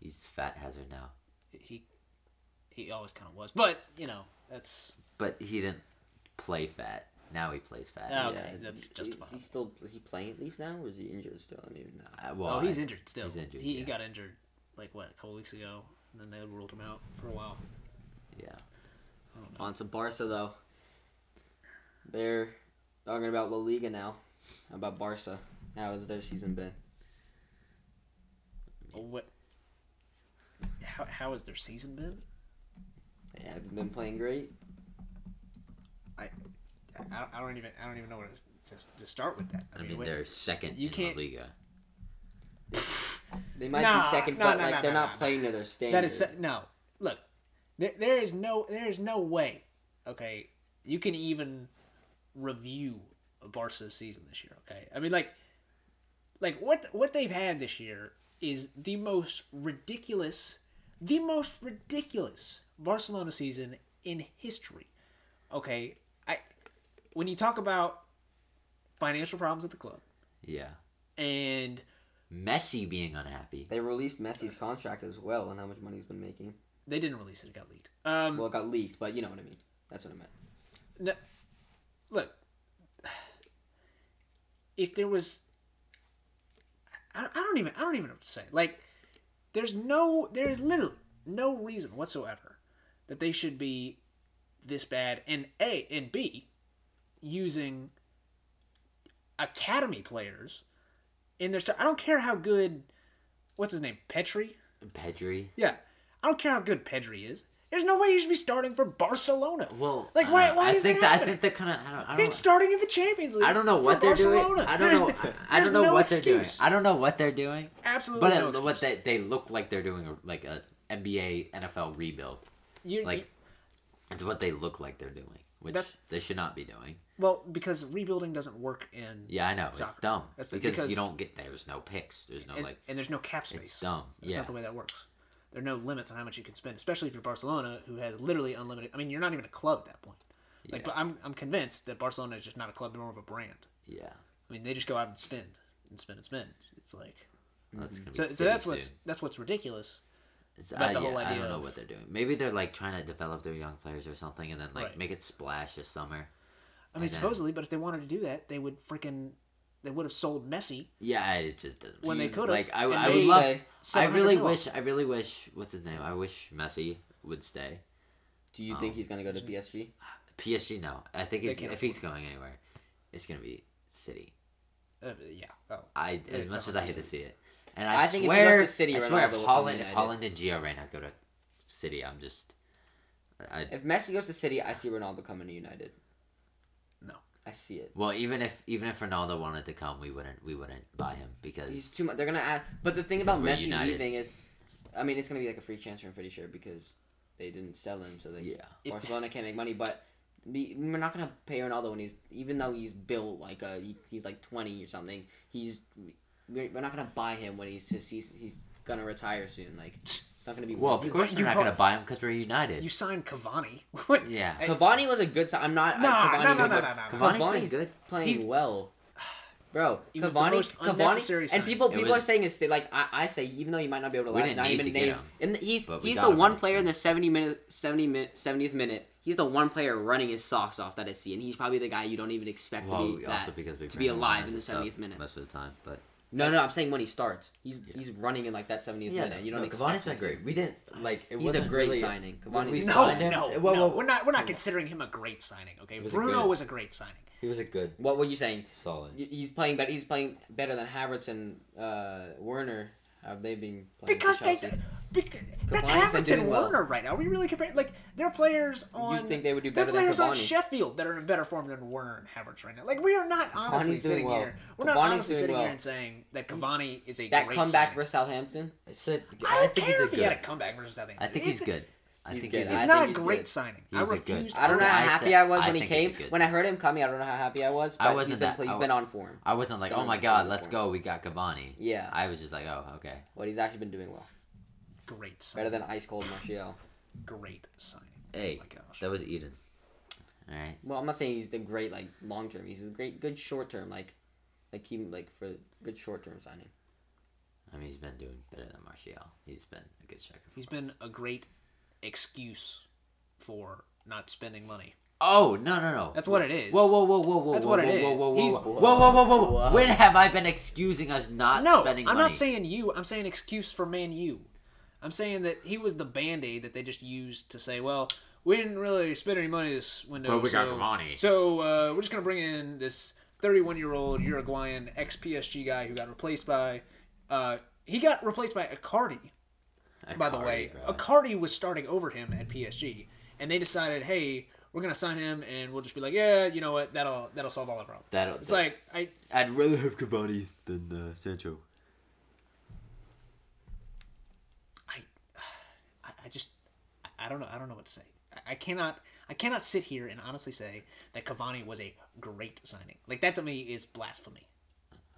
He's fat Hazard now, He he always kind of was, but you know that's but he didn't play fat. Now he plays fat. Oh, yeah, okay, that's is- Is he justifiable. still is he playing at least now, or is he injured still? I mean, no. Uh, well, oh, he's I- injured still. He's injured. He, yeah. he got injured like what a couple weeks ago, and then they ruled him out for a while. yeah. On to Barca though. They're talking about La Liga now. How about Barca? How has their season been? What? How, how has their season been? They haven't been playing great. I, I don't- I don't even I don't even know where to, to, to start with that. I mean, what- they're second you in can't- La Liga. They might Nah, be second, no, but no, like no, they're no, not no, playing to their standard. that is se- no. Look, there, there is no there is no way. Okay, you can even review Barca's season this year. Okay, I mean like like what what they've had this year is the most ridiculous, the most ridiculous Barcelona season in history. Okay, I when you talk about financial problems at the club Yeah. and Messi being unhappy. They released Messi's contract as well and how much money he's been making. they didn't release it, it got leaked. Um, Well, it got leaked, but you know what I mean. That's what I meant. No, look, if there was, I, I don't even, I don't even know what to say. Like, there's no, there is literally no reason whatsoever that they should be this bad. And A and B, using academy players in their. St- I don't care how good, what's his name, Petri. Pedri. Yeah, I don't care how good Pedri is. There's no way you should be starting for Barcelona. Well, like uh, why? Why I is think that? I happening? think they're kind of. I don't. I don't It's starting in the Champions League. I don't know for what they're Barcelona. doing. I don't There's know. th- I, I there's don't know no what they're doing. excuse. I don't know what they're doing. Absolutely But no it- what excuse. they, they look like they're doing a, like a NBA NFL rebuild. You- Like it's what they look like they're doing, which That's- they should not be doing. well, because rebuilding doesn't work in Yeah, I know Soccer. it's dumb That's the- because, because- you don't get there's no picks. There's no and, like and there's no cap space. dumb. That's Yeah. not the way that works. There are no limits on how much you can spend, especially if you're Barcelona, who has literally unlimited. I mean, you're not even a club at that point. Like, but I'm I'm convinced that Barcelona is just not a club, they're more of a brand. yeah. I mean, they just go out and spend and spend and spend. It's like That's gonna be so. So silly that's what's soon. that's what's ridiculous. It's, But I, the whole yeah, I idea don't know of- what they're doing. Maybe they're like trying to develop their young players or something, and then like Right. make it splash this summer. I mean, then- supposedly, but if they wanted to do that, they would freaking they would have sold Messi. Yeah, I- it just doesn't. When they sense. could've, like, I, and I they would love. say I 700 really mil. wish. I really wish. What's his name? I wish Messi would stay. Do Oh. you think he's gonna go to PSG? PSG, no. I think he's, can't if he's going anywhere, it's gonna be City. Uh, yeah. Oh. I as it's much as I hate to 100% see it, and I, I think if he swear, goes to City, I Ronaldo swear, if will come Holland, if United. Holland and Gio Reyna go to City, I'm just. I, I- If Messi goes to City, I see Ronaldo coming to United. No. I see it. well, even if even if Ronaldo wanted to come, we wouldn't we wouldn't buy him because He's too much. They're gonna add. But the thing about we're Messi United. leaving is, I mean, it's gonna be like a free transfer. I'm pretty sure because they didn't sell him, so they Yeah. If- Barcelona can't make money. But we- we're not gonna pay Ronaldo when he's even though he's built like a he- he's like 20 or something. He's we're we're not gonna buy him when he's just, he's he's gonna retire soon. Like it's not gonna be well, worth of it. course you we're not bought- gonna buy him because we're United. You signed Cavani. What? yeah, Cavani was a good. si- I'm not. I- Nah, Cavani no, was no, a no, good- no, no, no. Cavani's Cavani's playing good. Playing He's- well, bro. He Cavani, was the most Cavani, unnecessary and signing. people, It people was- are saying it's like I, I say, even though you might not be able to We last didn't ninety need to minutes, get him, names, and he's but we he's got the him one last player in night. the seventy minute, seventy minute, seventieth minute. He's the one player running his socks off that I see, and he's probably the guy you don't even expect well, to we- be also that- because we to be bring him alive as in a the sub seventieth minute. most of the time, but No, no, I'm saying when he starts, he's he's running in like that seventieth minute. You don't no, expect. Cavani's been great. We didn't like. It He's a wasn't great really- signing. when we Cavani's- No, signed him- no, well, no. well, We're not. We're not considering him a great signing. Okay, was a Bruno good- was a great signing. He was a good, What were you saying? solid. Y- He's playing better. He's playing better than Havertz and uh, Werner. Have they been playing Because for they, Chelsea. because, that's Cavani's been Havertz and doing well. Werner right now. Are we really comparing? Like there are players on. think they would do there are better than players on Cavani. Sheffield that are in better form than Werner and Havertz right now. Like we are not honestly doing sitting well. here. We're not Cavani's honestly doing sitting here well. Mm-hmm. and saying that Cavani is a that great comeback signing. versus Southampton. I said, I don't think he's care a if he good- had a comeback versus Southampton. I think he's good. I He's think good. he's I He's think not a he's great good. signing. I He's a refuse. good- I don't know I how said- happy I was I when he think he's a came. good When I heard him coming, I don't know how happy I was. But I wasn't he's been, that- pla- I he's wa- been on form, I wasn't like, Been oh on my the god, form. let's go, we got Cavani. Yeah. I was just like, oh, okay. but he's actually been doing well. Great Better signing. than ice cold Martial. Great signing. Hey, Oh my gosh. that was Eden. All right. Well, I'm not saying he's the great like long term. He's a great good short term like, like he like for good short term signing. I mean, he's been doing better than Martial. He's been a good striker. He's been a great excuse for not spending money. Oh no no no! That's what it is. Whoa whoa whoa whoa whoa! That's whoa, what it whoa, Whoa is. whoa whoa! He's- whoa, whoa, whoa, whoa, whoa. When have I been excusing us not No, spending I'm money? not saying you. I'm saying excuse for Man U. I'm saying that he was the band aid that they just used to say, well, we didn't really spend any money this window. But we got so, Cavani. So uh, we're just going to bring in this 31 year old Uruguayan ex PSG guy who got replaced by. Uh, he got replaced by Icardi, by the Icardi, way. bro. Icardi was starting over him at PSG, and they decided, hey, we're going to sign him, and we'll just be like, yeah, you know what? That'll that'll solve all our problems. That'll- it's like, I, I'd rather have Cavani than uh, Sancho. I, I, I just, I- I don't know. I don't know what to say. I, I cannot, I cannot sit here and honestly say that Cavani was a great signing. Like that to me is blasphemy.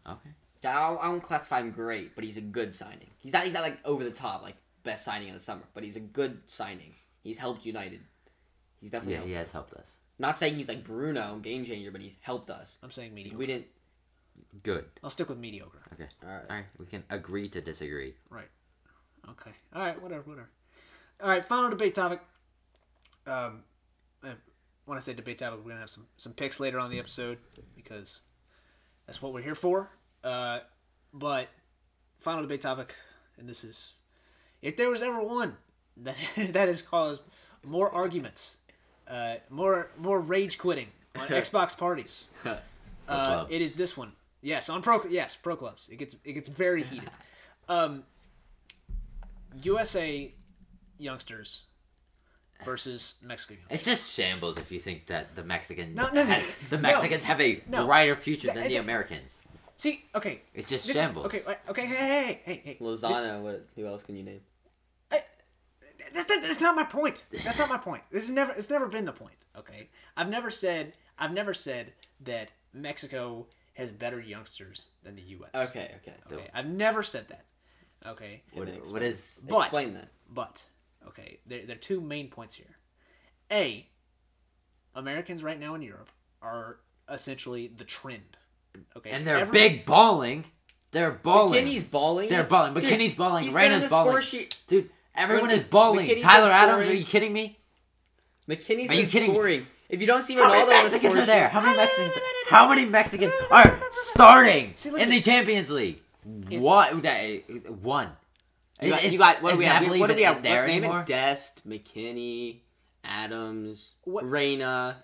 Okay. I don't, I don't classify him great, but he's a good signing. He's not he's not like over the top like best signing of the summer, but he's a good signing. He's helped United. He's definitely Yeah, helped. he has helped us. Not saying he's like Bruno game changer, but he's helped us. I'm saying mediocre. We didn't. Good. I'll stick with mediocre. Okay. All Alright. right. We can agree to disagree. Right. Okay. All right. Whatever. Whatever. All right. Final debate topic. Um, uh, when I say debate topic, we're gonna have some some picks later on in the episode because that's what we're here for. Uh, but final debate topic, and this is if there was ever one that that has caused more arguments, uh, more more rage quitting on Xbox parties. Uh, Clubs. it is this one. Yes, on pro. Yes, pro clubs. It gets it gets very heated. Um, USA youngsters versus Mexican. youngsters. It's just shambles if you think that the Mexican No, no, no. has- the No. Mexicans have a No. brighter future than Th- the th- Americans. See, okay, It's just this is- shambles. okay, wait, okay, hey, hey, hey, hey. hey. Lozano. What? Who else can you name? That's, that's, that's not my point. That's not my point. This is never. It's never been the point. Okay, I've never said. I've never said that Mexico has better youngsters than the U.S. Okay. Okay. Okay. I've never said that. Okay. What, Explain. what is But Explain that. But okay, there, there are two main points here. A, Americans right now in Europe are essentially the trend. Okay, and they're Every- big balling. They're balling. McKinney's balling. They're balling. Dude, McKinney's balling. he's been on Reina's the balling. score sheet. Dude, everyone Mc- is balling. McKinney's Tyler been Adams, are scoring. you kiddning me? McKinney's Are you been kidding me? scoring. If you don't see How Ronaldo many on the Mexicans score are there? sheet- How many Mexicans? How many Mexicans are starting See, look in at- the Champions League? What? that- eh, One. You got, you got what do we have? We- What do we have? What's name it? Dest, McKinney, Adams, What- Reyna.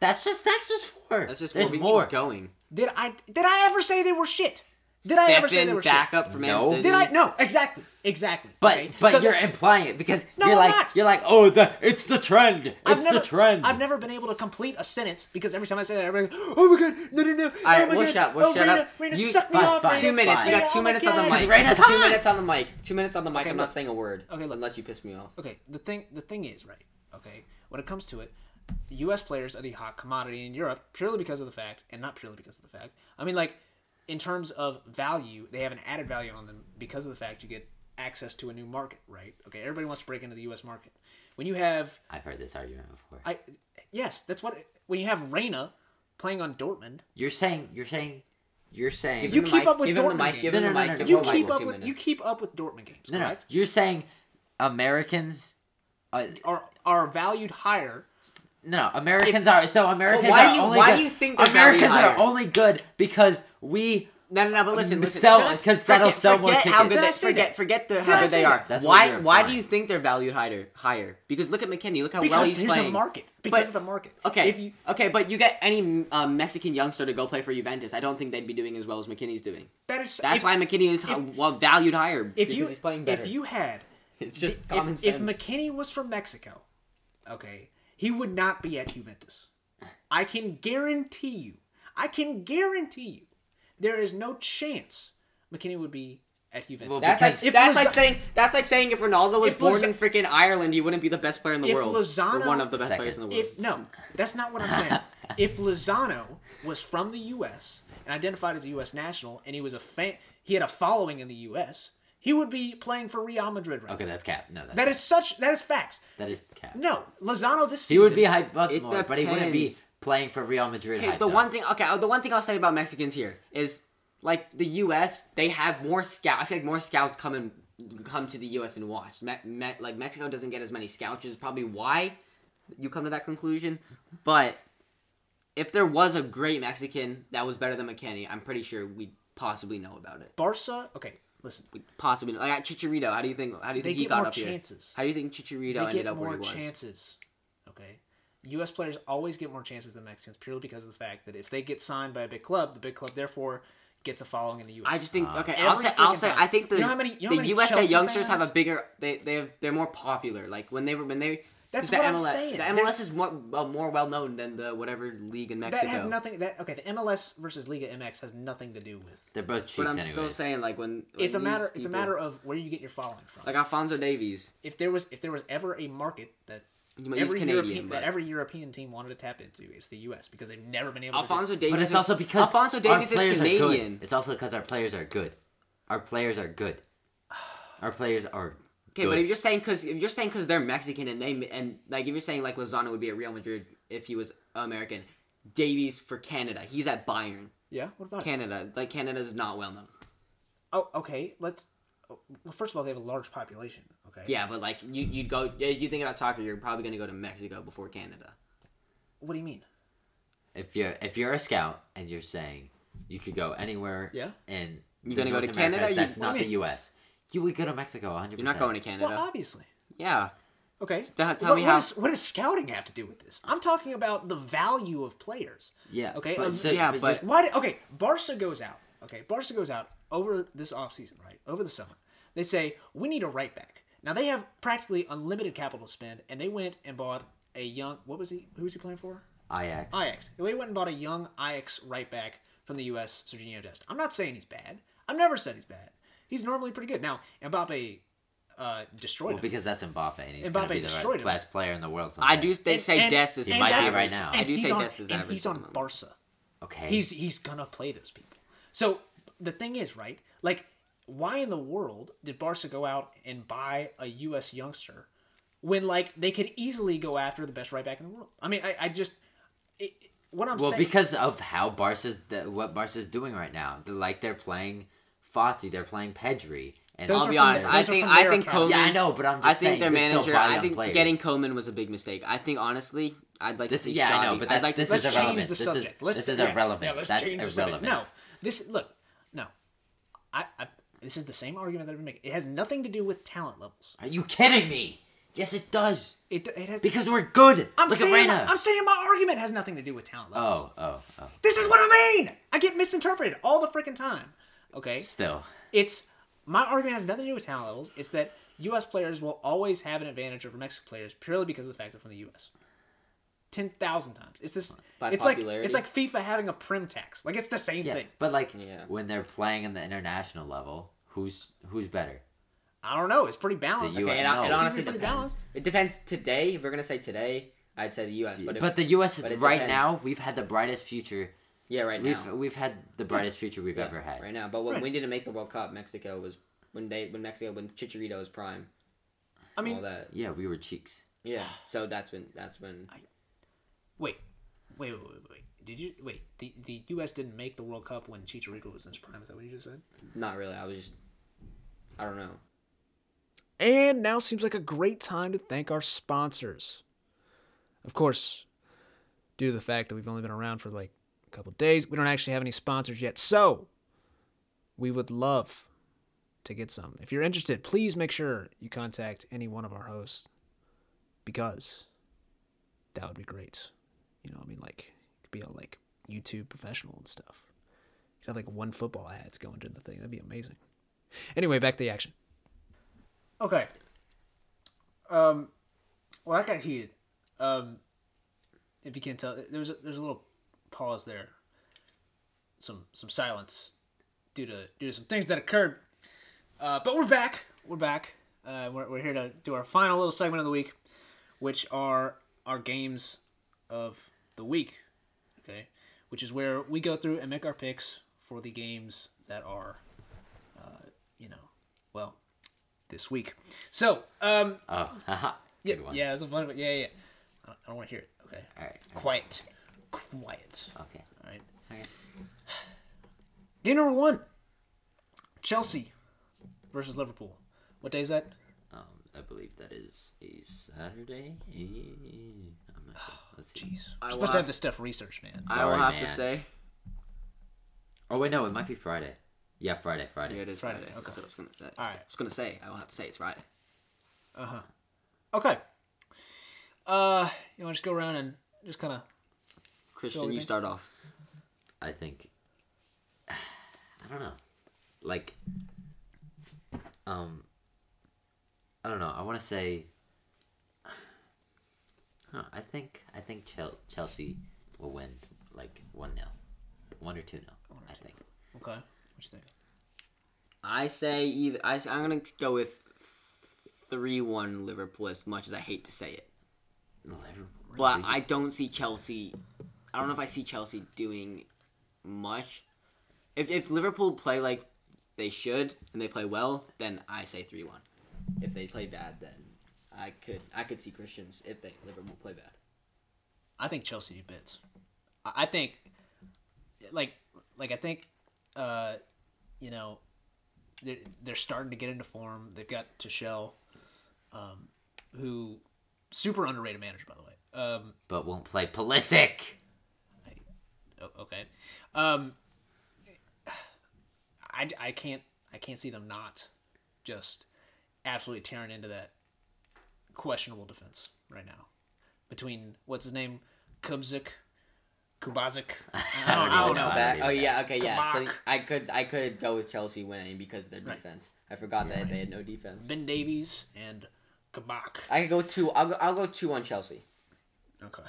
That's just that's just four. That's just There's where we more. keep going. Did I did I ever say they were shit? Did I ever say they Stefan, were back shit? up from No. Did I? No, exactly, exactly. But okay? but So you're the- implying it because No, you're I'm like not. you're like oh the it's the trend. It's I've never, the trend. I've never been able to complete a sentence because every time I say that, everybody's oh my god, no, no, no. All oh right, my we'll god. shut. We'll oh, shut Reina, up. Reina, You- suck me fine, off. fine. Reina, Two minutes. You Reina, got oh two my minutes on the God. mic. Reyna's Two hot. minutes on the mic. Two minutes on the mic. I'm look. not saying a word. Okay, look. Unless you piss me off. okay the thing the thing is right okay when it comes to it us players are the hot commodity in europe purely because of the fact and not purely because of the fact i mean like in terms of value they have an added value on them because of the fact you get access to a new market right okay everybody wants to break into the us market when you have I've heard this argument before. i yes that's what when you have reina playing on dortmand you're saying you're saying you're saying You Give him the keep mic, up with give him the Dortmund mic, games. Give him No, the no, no, mic. no, give no. you him the mic, keep give up him with the you mic. keep up with dortmund games no, no correct you're saying Americans uh, are are valued higher no no Americans are so Americans why do are you- only why good. do you think they're Americans valued are higher? only good because we No, no, no. But listen, listen. Sell- Let's 'cause that'll forget- sell more Forget how tickets. good Did I they say forget. that? Forget the Did how I good say they that? are. That's what Why? you're Why do implying. you think they're valued higher? Higher because look at McKinney. Look how well because he's there's playing. a market because But- of the market Okay. if you okay, but you get any um, Mexican youngster to go play for Juventus, I don't think they'd be doing as well as McKinney's doing. that is That's if- why McKinney is h well valued higher. if because you he's playing better. if you had it's just if- common if, sense. McKinney was from Mexico, okay, he would not be at Juventus. I can guarantee you. I can guarantee you. There is no chance McKinney would be at Juventus. Well, that's because- like if that's Loza- like saying that's like saying if Ronaldo was If born Loza- in freaking Ireland, he wouldn't be the best player in the If world. Lozano- or one of the best Second. players in the world. if no, that's not what I'm saying. if Lozano was from the U.S. and identified as a U.S. national, and he was a fan, he had a following in the U.S. He would be playing for Real Madrid right okay now. that's cap no that's That is such. That is facts. that is cap No, Lozano this season. he would be hyped up It more but he wouldn't be depends. playing for Real Madrid Okay, hyped the up. one thing okay, uh, the one thing I'll say about Mexicans here is like the U.S. They have more scout. I feel like more scouts come and come to the U.S. and watch. Me- me- like Mexico doesn't get as many scouts, which is probably why you come to that conclusion. But if there was a great Mexican that was better than McKinney, I'm pretty sure we would possibly know about it. Barca. Okay, listen. We possibly know. like Chicharito. How do you think? How do you They think he get got more up chances. here? How do you think Chicharito they ended get up where more he was? chances. Okay. U.S. players always get more chances than Mexicans purely because of the fact that if they get signed by a big club, the big club therefore gets a following in the U.S. I just think okay. Uh, Every I'll say I'll freaking say time. I think the You know how many- you know how the many USA Chelsea youngsters have fans- a bigger they they have, they're more popular. Like when they were when they That's the what I'm MLS, saying. The MLS There's- is more well, more well known than the whatever league in Mexico. that has nothing. That okay. The MLS versus Liga MX has nothing to do with. they're both cheeks But I'm anyways still saying like when, when It's a these matter. It's a people- matter of where you get your following from. like Alfonso Davies. if there was, if there was ever a market that You know, he's every Canadian, European but- that every European team wanted to tap into is the U.S. because they've never been able. Alfonso to Davies. But it's is, also because Alfonso Davies our is players are Canadian. good. It's also because our players are good. Our players are good. Our players are. Okay, but if you're saying because if you're saying because they're Mexican and they and like if you're saying like Lozano would be at Real Madrid if he was American, Davies for Canada, he's at Bayern. Yeah. What about it? Canada, like Canada's not well known. Oh, okay. Let's. oh, Well, first of all, they have a large population. Okay. Yeah, but like you you'd go yeah, you think about soccer, you're probably gonna go to Mexico before Canada. What do you mean? if you're if you're a scout and you're saying you could go anywhere, Yeah. and You're gonna go to Canada, you- That's what do not you the mean? U.S. You would go to Mexico. 100. You're not going to Canada. Well, obviously. yeah. Okay. uh, Tell- tell What- me what how- does- what does scouting have to do with this? I'm talking about the value of players. Yeah. Okay. But, um, so- yeah, you're- but- Why? Did, okay, Barca goes out. Okay, Barca goes out over this offseason, right? Over the summer, they say we need a right back. Now they have practically unlimited capital to spend, and they went and bought a young. What was he? Who was he playing for? Ajax. Ajax. They went and bought a young Ajax right back from the U.S. Sergio Dest. I'm not saying he's bad. I've never said he's bad. He's normally pretty good. Now Mbappe uh, destroyed Well, him. because that's Mbappe, and he's Mbappe gonna be the destroyed right him. best player in the world. I someday. do they say And- Dest is and might be that's- right now. And I do he's say on, Dest is and average he's at the on moment. Barca. Okay. He's he's gonna play those people. So the thing is, right? Like, why in the world did Barca go out and buy a U.S. youngster when like they could easily go after the best right back in the world? I mean, I, I just it, what I'm well saying. because of how Barca's the, what Barca's doing right now. They're, like they're playing Fozzie, they're playing Pedri, and Those I'll are be from honest. their- I I those are think think from I their think account. Coleman, Yeah, I know, but I'm I just think saying, their you can still manager. buy I young think players. getting Coleman was a big mistake. I think honestly, I'd like This to is see yeah, I know, Xavi. but I'd that, like to this see is let's irrelevant. change the this subject. is let's, this is yeah, irrelevant. Yeah, let's That's change the irrelevant. subject. No, this look, no, I, I this is the same argument that I've been making. It has nothing to do with talent levels. Are you kidding me? Yes, it does. It, it has Because we're good. I'm Look saying at Reyna. I'm saying my argument has nothing to do with talent levels. oh, oh, oh. This is what I mean. I get misinterpreted all the freaking time. Okay, Still, it's my argument has nothing to do with talent levels. It's that U.S. players will always have an advantage over Mexican players purely because of the fact they're from the U.S. Ten thousand times. It's this. By it's popularity? like it's like FIFA having a prim tax. Like it's the same yeah. thing. But like Yeah. when they're playing in the international level, who's who's better? I don't know. It's pretty balanced. The Okay, it, No. it It's honestly even pretty depends. balanced. It depends today. If we're gonna say today, I'd say the U.S. But, But, if, the U.S. but is it right depends. now. We've had the brightest future. yeah, right We've now, we've had the brightest future we've ever had. right now. But when Right. we didn't make the World Cup, Mexico was when they when Mexico when Chicharito was prime. I all mean, that. Yeah, we were cheeks. Yeah. So that's when that's when wait, wait, wait, wait, wait. Did you wait? The the U.S. didn't make the World Cup when Chicharito was in his prime. Is that what you just said? not really. I was just I don't know. And now seems like a great time to thank our sponsors. Of course, due to the fact that we've only been around for like a couple days, we don't actually have any sponsors yet. So, we would love to get some. If you're interested, please make sure you contact any one of our hosts because that would be great. You know, I mean, like, you could be all like YouTube professional and stuff. You could have like one football ads going to the thing. That'd be amazing. Anyway, back to the action. Okay. Um, well, I got heated. Um, if you can't tell, there was a, there's a little pause there. Some some silence due to due to some things that occurred. Uh, but we're back. We're back. Uh, we're, we're here to do our final little segment of the week, which are our games of the week. Okay, which is where we go through and make our picks for the games that are, uh, you know, well, this week. So, um, Oh, haha. yeah, Good one. yeah, it's a fun one. Yeah, yeah. I don't, I don't want to hear it. Okay. All right. Quiet. Quiet. Okay. All right. Okay. Game number one Chelsea versus Liverpool. What day is that? Um, I believe that is a Saturday. Eh. I'm not sure. Let's see. Jeez. We're I supposed will- to have this stuff researched, man. I will Sorry, have to man. say Oh wait, no, it might be Friday. Yeah, Friday, Friday. yeah, it is Friday, Friday. okay. That's what I was gonna say. All right. I was gonna say I will have to say it's Friday. Okay. Uh, you want to just go around and just kind of. Christian, you think? start off. I think I don't know. Like um I don't know. I want to say huh, I think I think Chel- Chelsea will win like 1-0. 1 or 2-0, I think. Okay. What you think? I say either I, I'm gonna go with three one Liverpool. As much as I hate to say it, Liverpool. But I don't see Chelsea. I don't know if I see Chelsea doing much. If if Liverpool play like they should and they play well, then I say three one. If they play bad, then I could I could see Christians if they Liverpool play bad. I think Chelsea do bits. I I think, like, like I think, uh, you know, they're, they're starting to get into form. They've got Tuchel, um, who super underrated manager by the way. Um, But won't play Pulisic. o- Oh, okay, um, I, I can't I can't see them not just absolutely tearing into that questionable defense right now between what's his name Kubzik, Kubazik. I don't, I don't know. I Back. don't Oh even yeah. Okay. Yeah. So Kabak. I could I could go with Chelsea winning because of their defense. I forgot that they had no defense. Ben Davies and Kabak. I could go two. I'll go, I'll go two on Chelsea. Okay.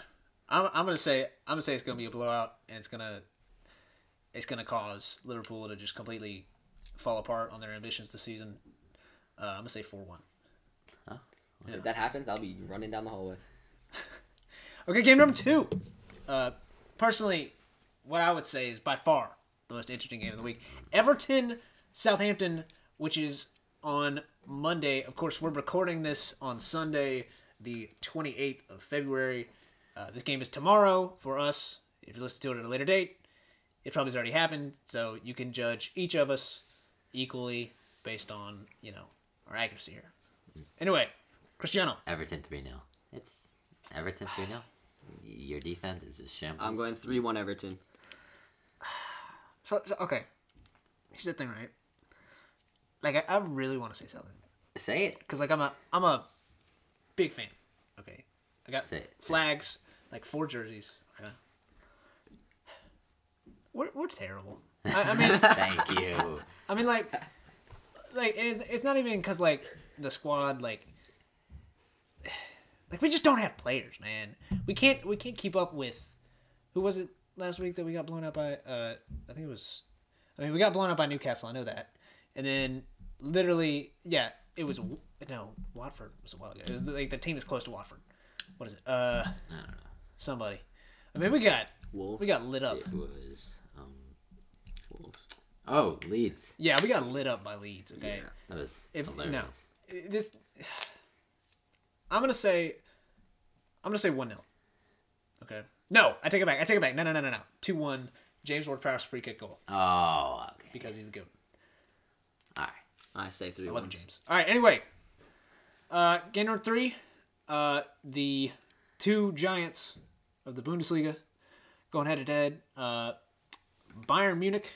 I'm, I'm gonna say I'm gonna say it's gonna be a blowout and it's gonna it's gonna cause Liverpool to just completely fall apart on their ambitions this season. Uh, I'm gonna say four one. If that happens, I'll be running down the hallway. Okay, game number two. Uh, personally, what I would say is by far the most interesting game of the week. Everton Southampton, which is on Monday. Of course, we're recording this on Sunday, the 28th of February. Uh, this game is tomorrow for us. If you listen to it at a later date, it probably has already happened. So you can judge each of us equally based on, you know, our accuracy here. Anyway, Cristiano. Everton 3 0. It's Everton 3 0. Your defense is just shambles. I'm going three one Everton. So, so okay, here's the thing, right? Like, I, I really want to say something Say it. because, like, I'm a I'm a big fan. Okay, I got Say it. flags, like four jerseys. Okay, we're we're terrible. I, I mean, Thank you. I mean, like, like it is. It's not even because like the squad, like, like we just don't have players, man. We can't. We can't keep up with. Who was it last week that we got blown out by? Uh, I think it was. I mean, we got blown out by Newcastle. I know that. And then, literally, yeah, it was no Watford was a while ago. It was like the team is close to Watford. What is it? Uh, somebody. I mean, we got Wolves. we got lit up. It was. Um, Wolves. oh, Leeds. Yeah, we got lit up by Leeds. Okay. That was. If hilarious. no, this I'm gonna say I'm gonna say one 0 Okay. No, I take it back. I take it back. No, no, no, no, no. Two one. James Ward-Prowse free kick goal Oh, okay. because he's the goat. All right. I say three I love one. James. All right. Anyway, uh, game number three. Uh, the two giants of the Bundesliga going head to head. Uh, Bayern Munich.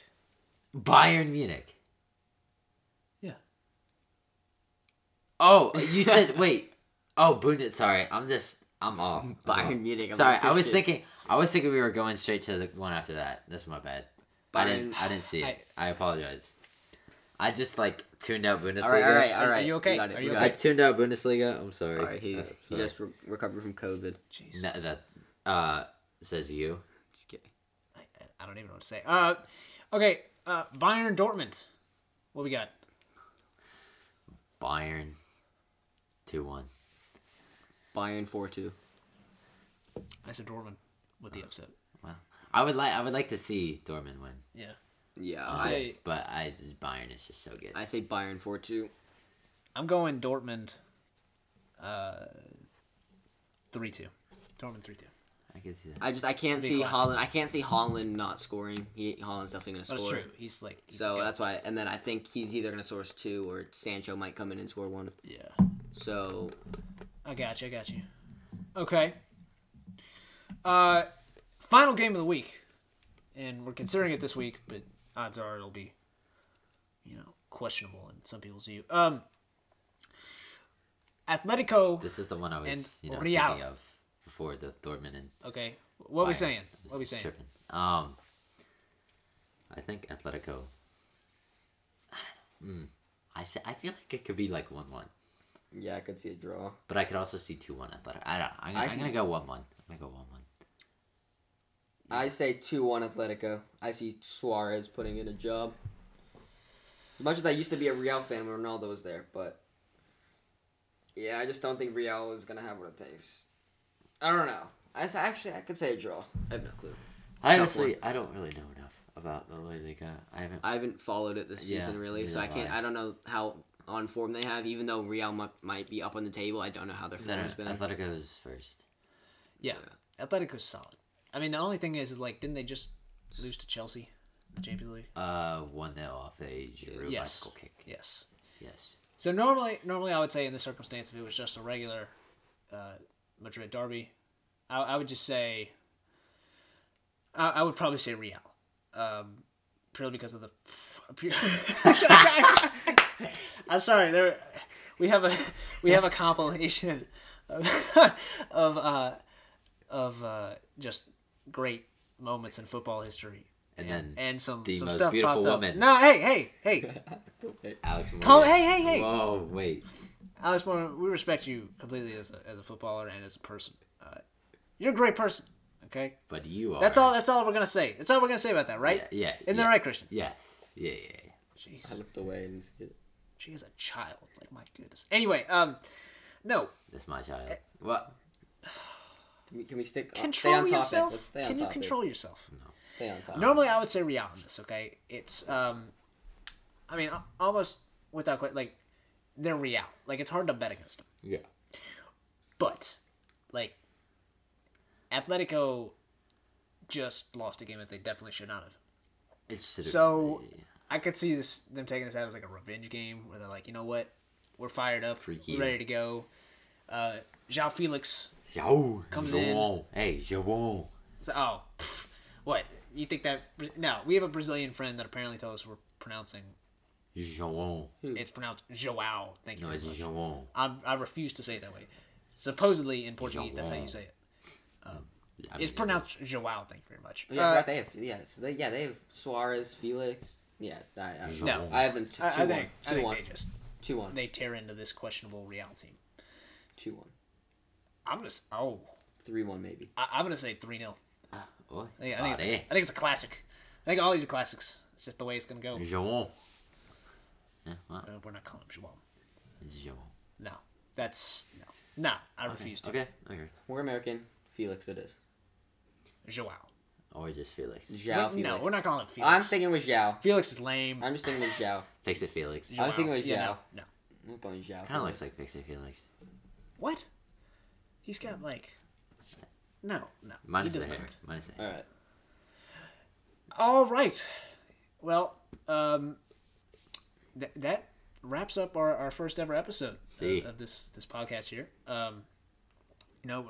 Bayern Munich. Yeah. Oh, you said wait. Oh, Bundesliga. Sorry, I'm just I'm off. I'm Bayern off. Munich, I'm sorry, like, I was Christian. thinking I was thinking we were going straight to the one after that. That's my bad. I didn't Bayern- I didn't see it. I- I, apologize. I just like tuned out Bundesliga. All right, all right, all Are right. you okay? We got it, Are we you got okay? I tuned out Bundesliga. I'm sorry. All right, he's, Uh, he sorry. just re- recovered from COVID. Jeez. No, that uh says you. Just kidding. I, I don't even know what to say. Uh, okay. Uh, Bayern Dortmund. What we got? Bayern two one. Bayern four two. I said Dortmund with the upset. Wow. I would like I would like to see Dortmund win. Yeah. Yeah, I- I, Say- but I just Bayern is just so good. I say Bayern four two. I'm going Dortmund uh 3 2. Dortmund 3 2. I can see that. I just I can't Be a see classic. Holland. I can't see Holland not scoring. He Holland's definitely gonna score. That's true. He's like. he's So the guy. that's why. And then I think he's either gonna source two or Sancho might come in and score one. Yeah. So I got you. I got you. Okay. Uh, final game of the week, and we're considering it this week, but odds are it'll be, you know, questionable in some people's view. Um, Atletico. This is the one I was And you know, Real. thinking of before the Dortmund and Okay. What are we Bayern. saying? I was What are we saying? tripping. Um, I think Atletico. Mm, I say, I feel like it could be like one one, yeah, I could see a draw. but I could also see two one Atletico. I don't. I'm, gonna- I I'm see- gonna go one one. I'm gonna go one one. I say two one Atletico. I see Suarez putting in a job. As much as I used to be a Real fan when Ronaldo was there, but yeah, I just don't think Real is gonna have what it takes I don't know. I s- actually I could say a draw. I have no clue. I honestly, I don't really know enough about the La Liga. I haven't. I haven't followed it this Yeah, season really, so I neither have can't. I. I don't know how on form they have. Even though Real mu- might be up on the table, I don't know how their Then form's been. Atletico is first. Yeah. Atletico's solid. I mean, the only thing is, is like, didn't they just lose to Chelsea, in the Champions League? Uh, one nil off a Giroud Yes. bicycle kick. Yes. Yes. So normally, normally I would say in this circumstance, if it was just a regular uh, Madrid derby, I, I would just say I, I would probably say Real, um, purely because of the. pure- I'm sorry. There, we have a we have a compilation of of uh, of uh, just great moments in football history. And then and some the some most stuff beautiful popped up. woman. No, hey, hey, hey! Alex. Morgan. Calm- hey, hey, hey! Whoa, wait. Alex Morgan, we respect you completely as a, as a footballer and as a person. Uh, you're a great person. Okay, But you are. that's all. That's all we're gonna say. That's all we're gonna say about that, right? Yeah. Isn't yeah. that right, Christian? Yes. Yeah, yeah, yeah. Jeez, I looked away and she is a child. Like my goodness. Anyway, um, no, That's my Eh. child. What? Can we, can we stick? on- stay control on topic. yourself. Let's stay on Can you topic. control yourself? Stay on topic. Normally, I would say Real in this. Okay, it's um, I mean, al- almost without quite like they're Real. Like it's hard to bet against them. Yeah. But like Atletico just lost a game that they definitely should not have. It's eh, just So I could see this them taking this out as like a revenge game where they're like, you know what? We're fired up, Freaky. we're ready to go. Uh Jao Felix Yo, comes João. Hey, João. so, oh pff, what? You think that no, we have a Brazilian friend that apparently told us we're pronouncing João. it's pronounced Joao. Thank you. No, very it's much. João. I'm, I refuse to say it that way. Supposedly in Portuguese, that's how you Joao. say it. I mean, It's pronounced Joao. Thank you very much. But yeah, Uh, right, they have yeah, so they, yeah, they have Suarez, Felix. Yeah, I, I, No. I have them two, Uh, I, I two, think, I one, two, think one, they just two one, they tear into this questionable Real team. two one, I'm gonna s- oh three one maybe. I, I'm gonna say three 0 Oi, I think, I, think it's, pare. I think it's a classic. I think all these are classics. It's just the way it's gonna go. João. Yeah, what? Uh, we're not calling him Joao. It's João. No, that's no, no. I refuse to. Okay, okay. We're American. Felix, it is. Joao. Or Oh, just Felix. Zhao, We- Felix. no, we're not calling him Felix. I'm thinking with Zhao. Felix is lame. I'm just thinking with Zhao. Fix it, Felix. I'm thinking with yeah, Zhao. no, no. I'm not going Zhao. Kind of looks like Fix it, Felix. What? He's got like. No, no. Minus he the does hair. not. Minus the All hair. right. All right. Well, um, th- that wraps up our, our first ever episode See. of, of this this podcast here. Um, you know, we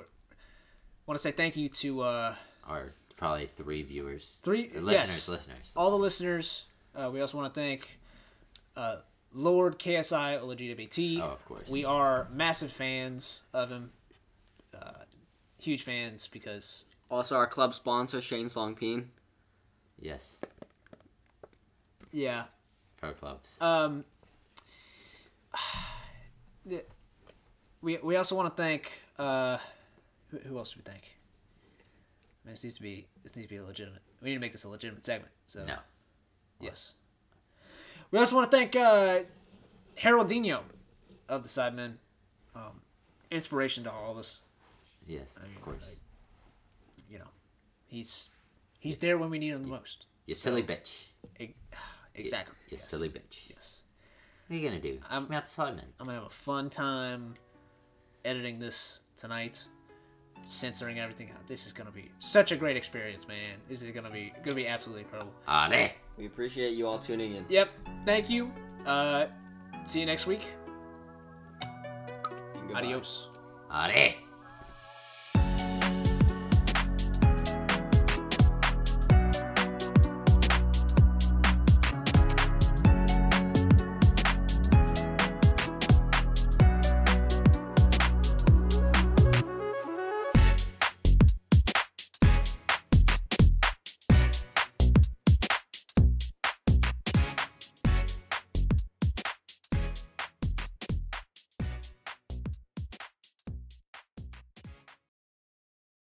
want to say thank you to uh, Or probably three viewers. three Or yes, Oh. Listeners, listeners. all the listeners. Uh, we also want to thank uh, Lord KSI LGBT. Oh, of course. We are massive fans of him. Uh, huge fans because Also, our club sponsor, Shane Songpeen. Yes. yeah, Pro clubs. Um, the- we we also want to thank uh, who, who else do we thank? I mean, this needs to be this needs to be legitimate. We need to make this a legitimate segment. So no. yes, we also want to thank uh, Haroldinho of the Sidemen, um, inspiration to all of us. Yes, of course. You know, he's he's there when we need him the most. You silly bitch. E- Exactly. You yes. silly bitch. Yes. What are you gonna do? I'm- I'm out the side, man. I'm gonna have a fun time editing this tonight, censoring everything out. This is gonna be such a great experience, man. This is gonna be gonna be absolutely incredible. Are. We appreciate you all tuning in. Yep. Thank you. Uh, see you next week. Goodbye. Adios. Are.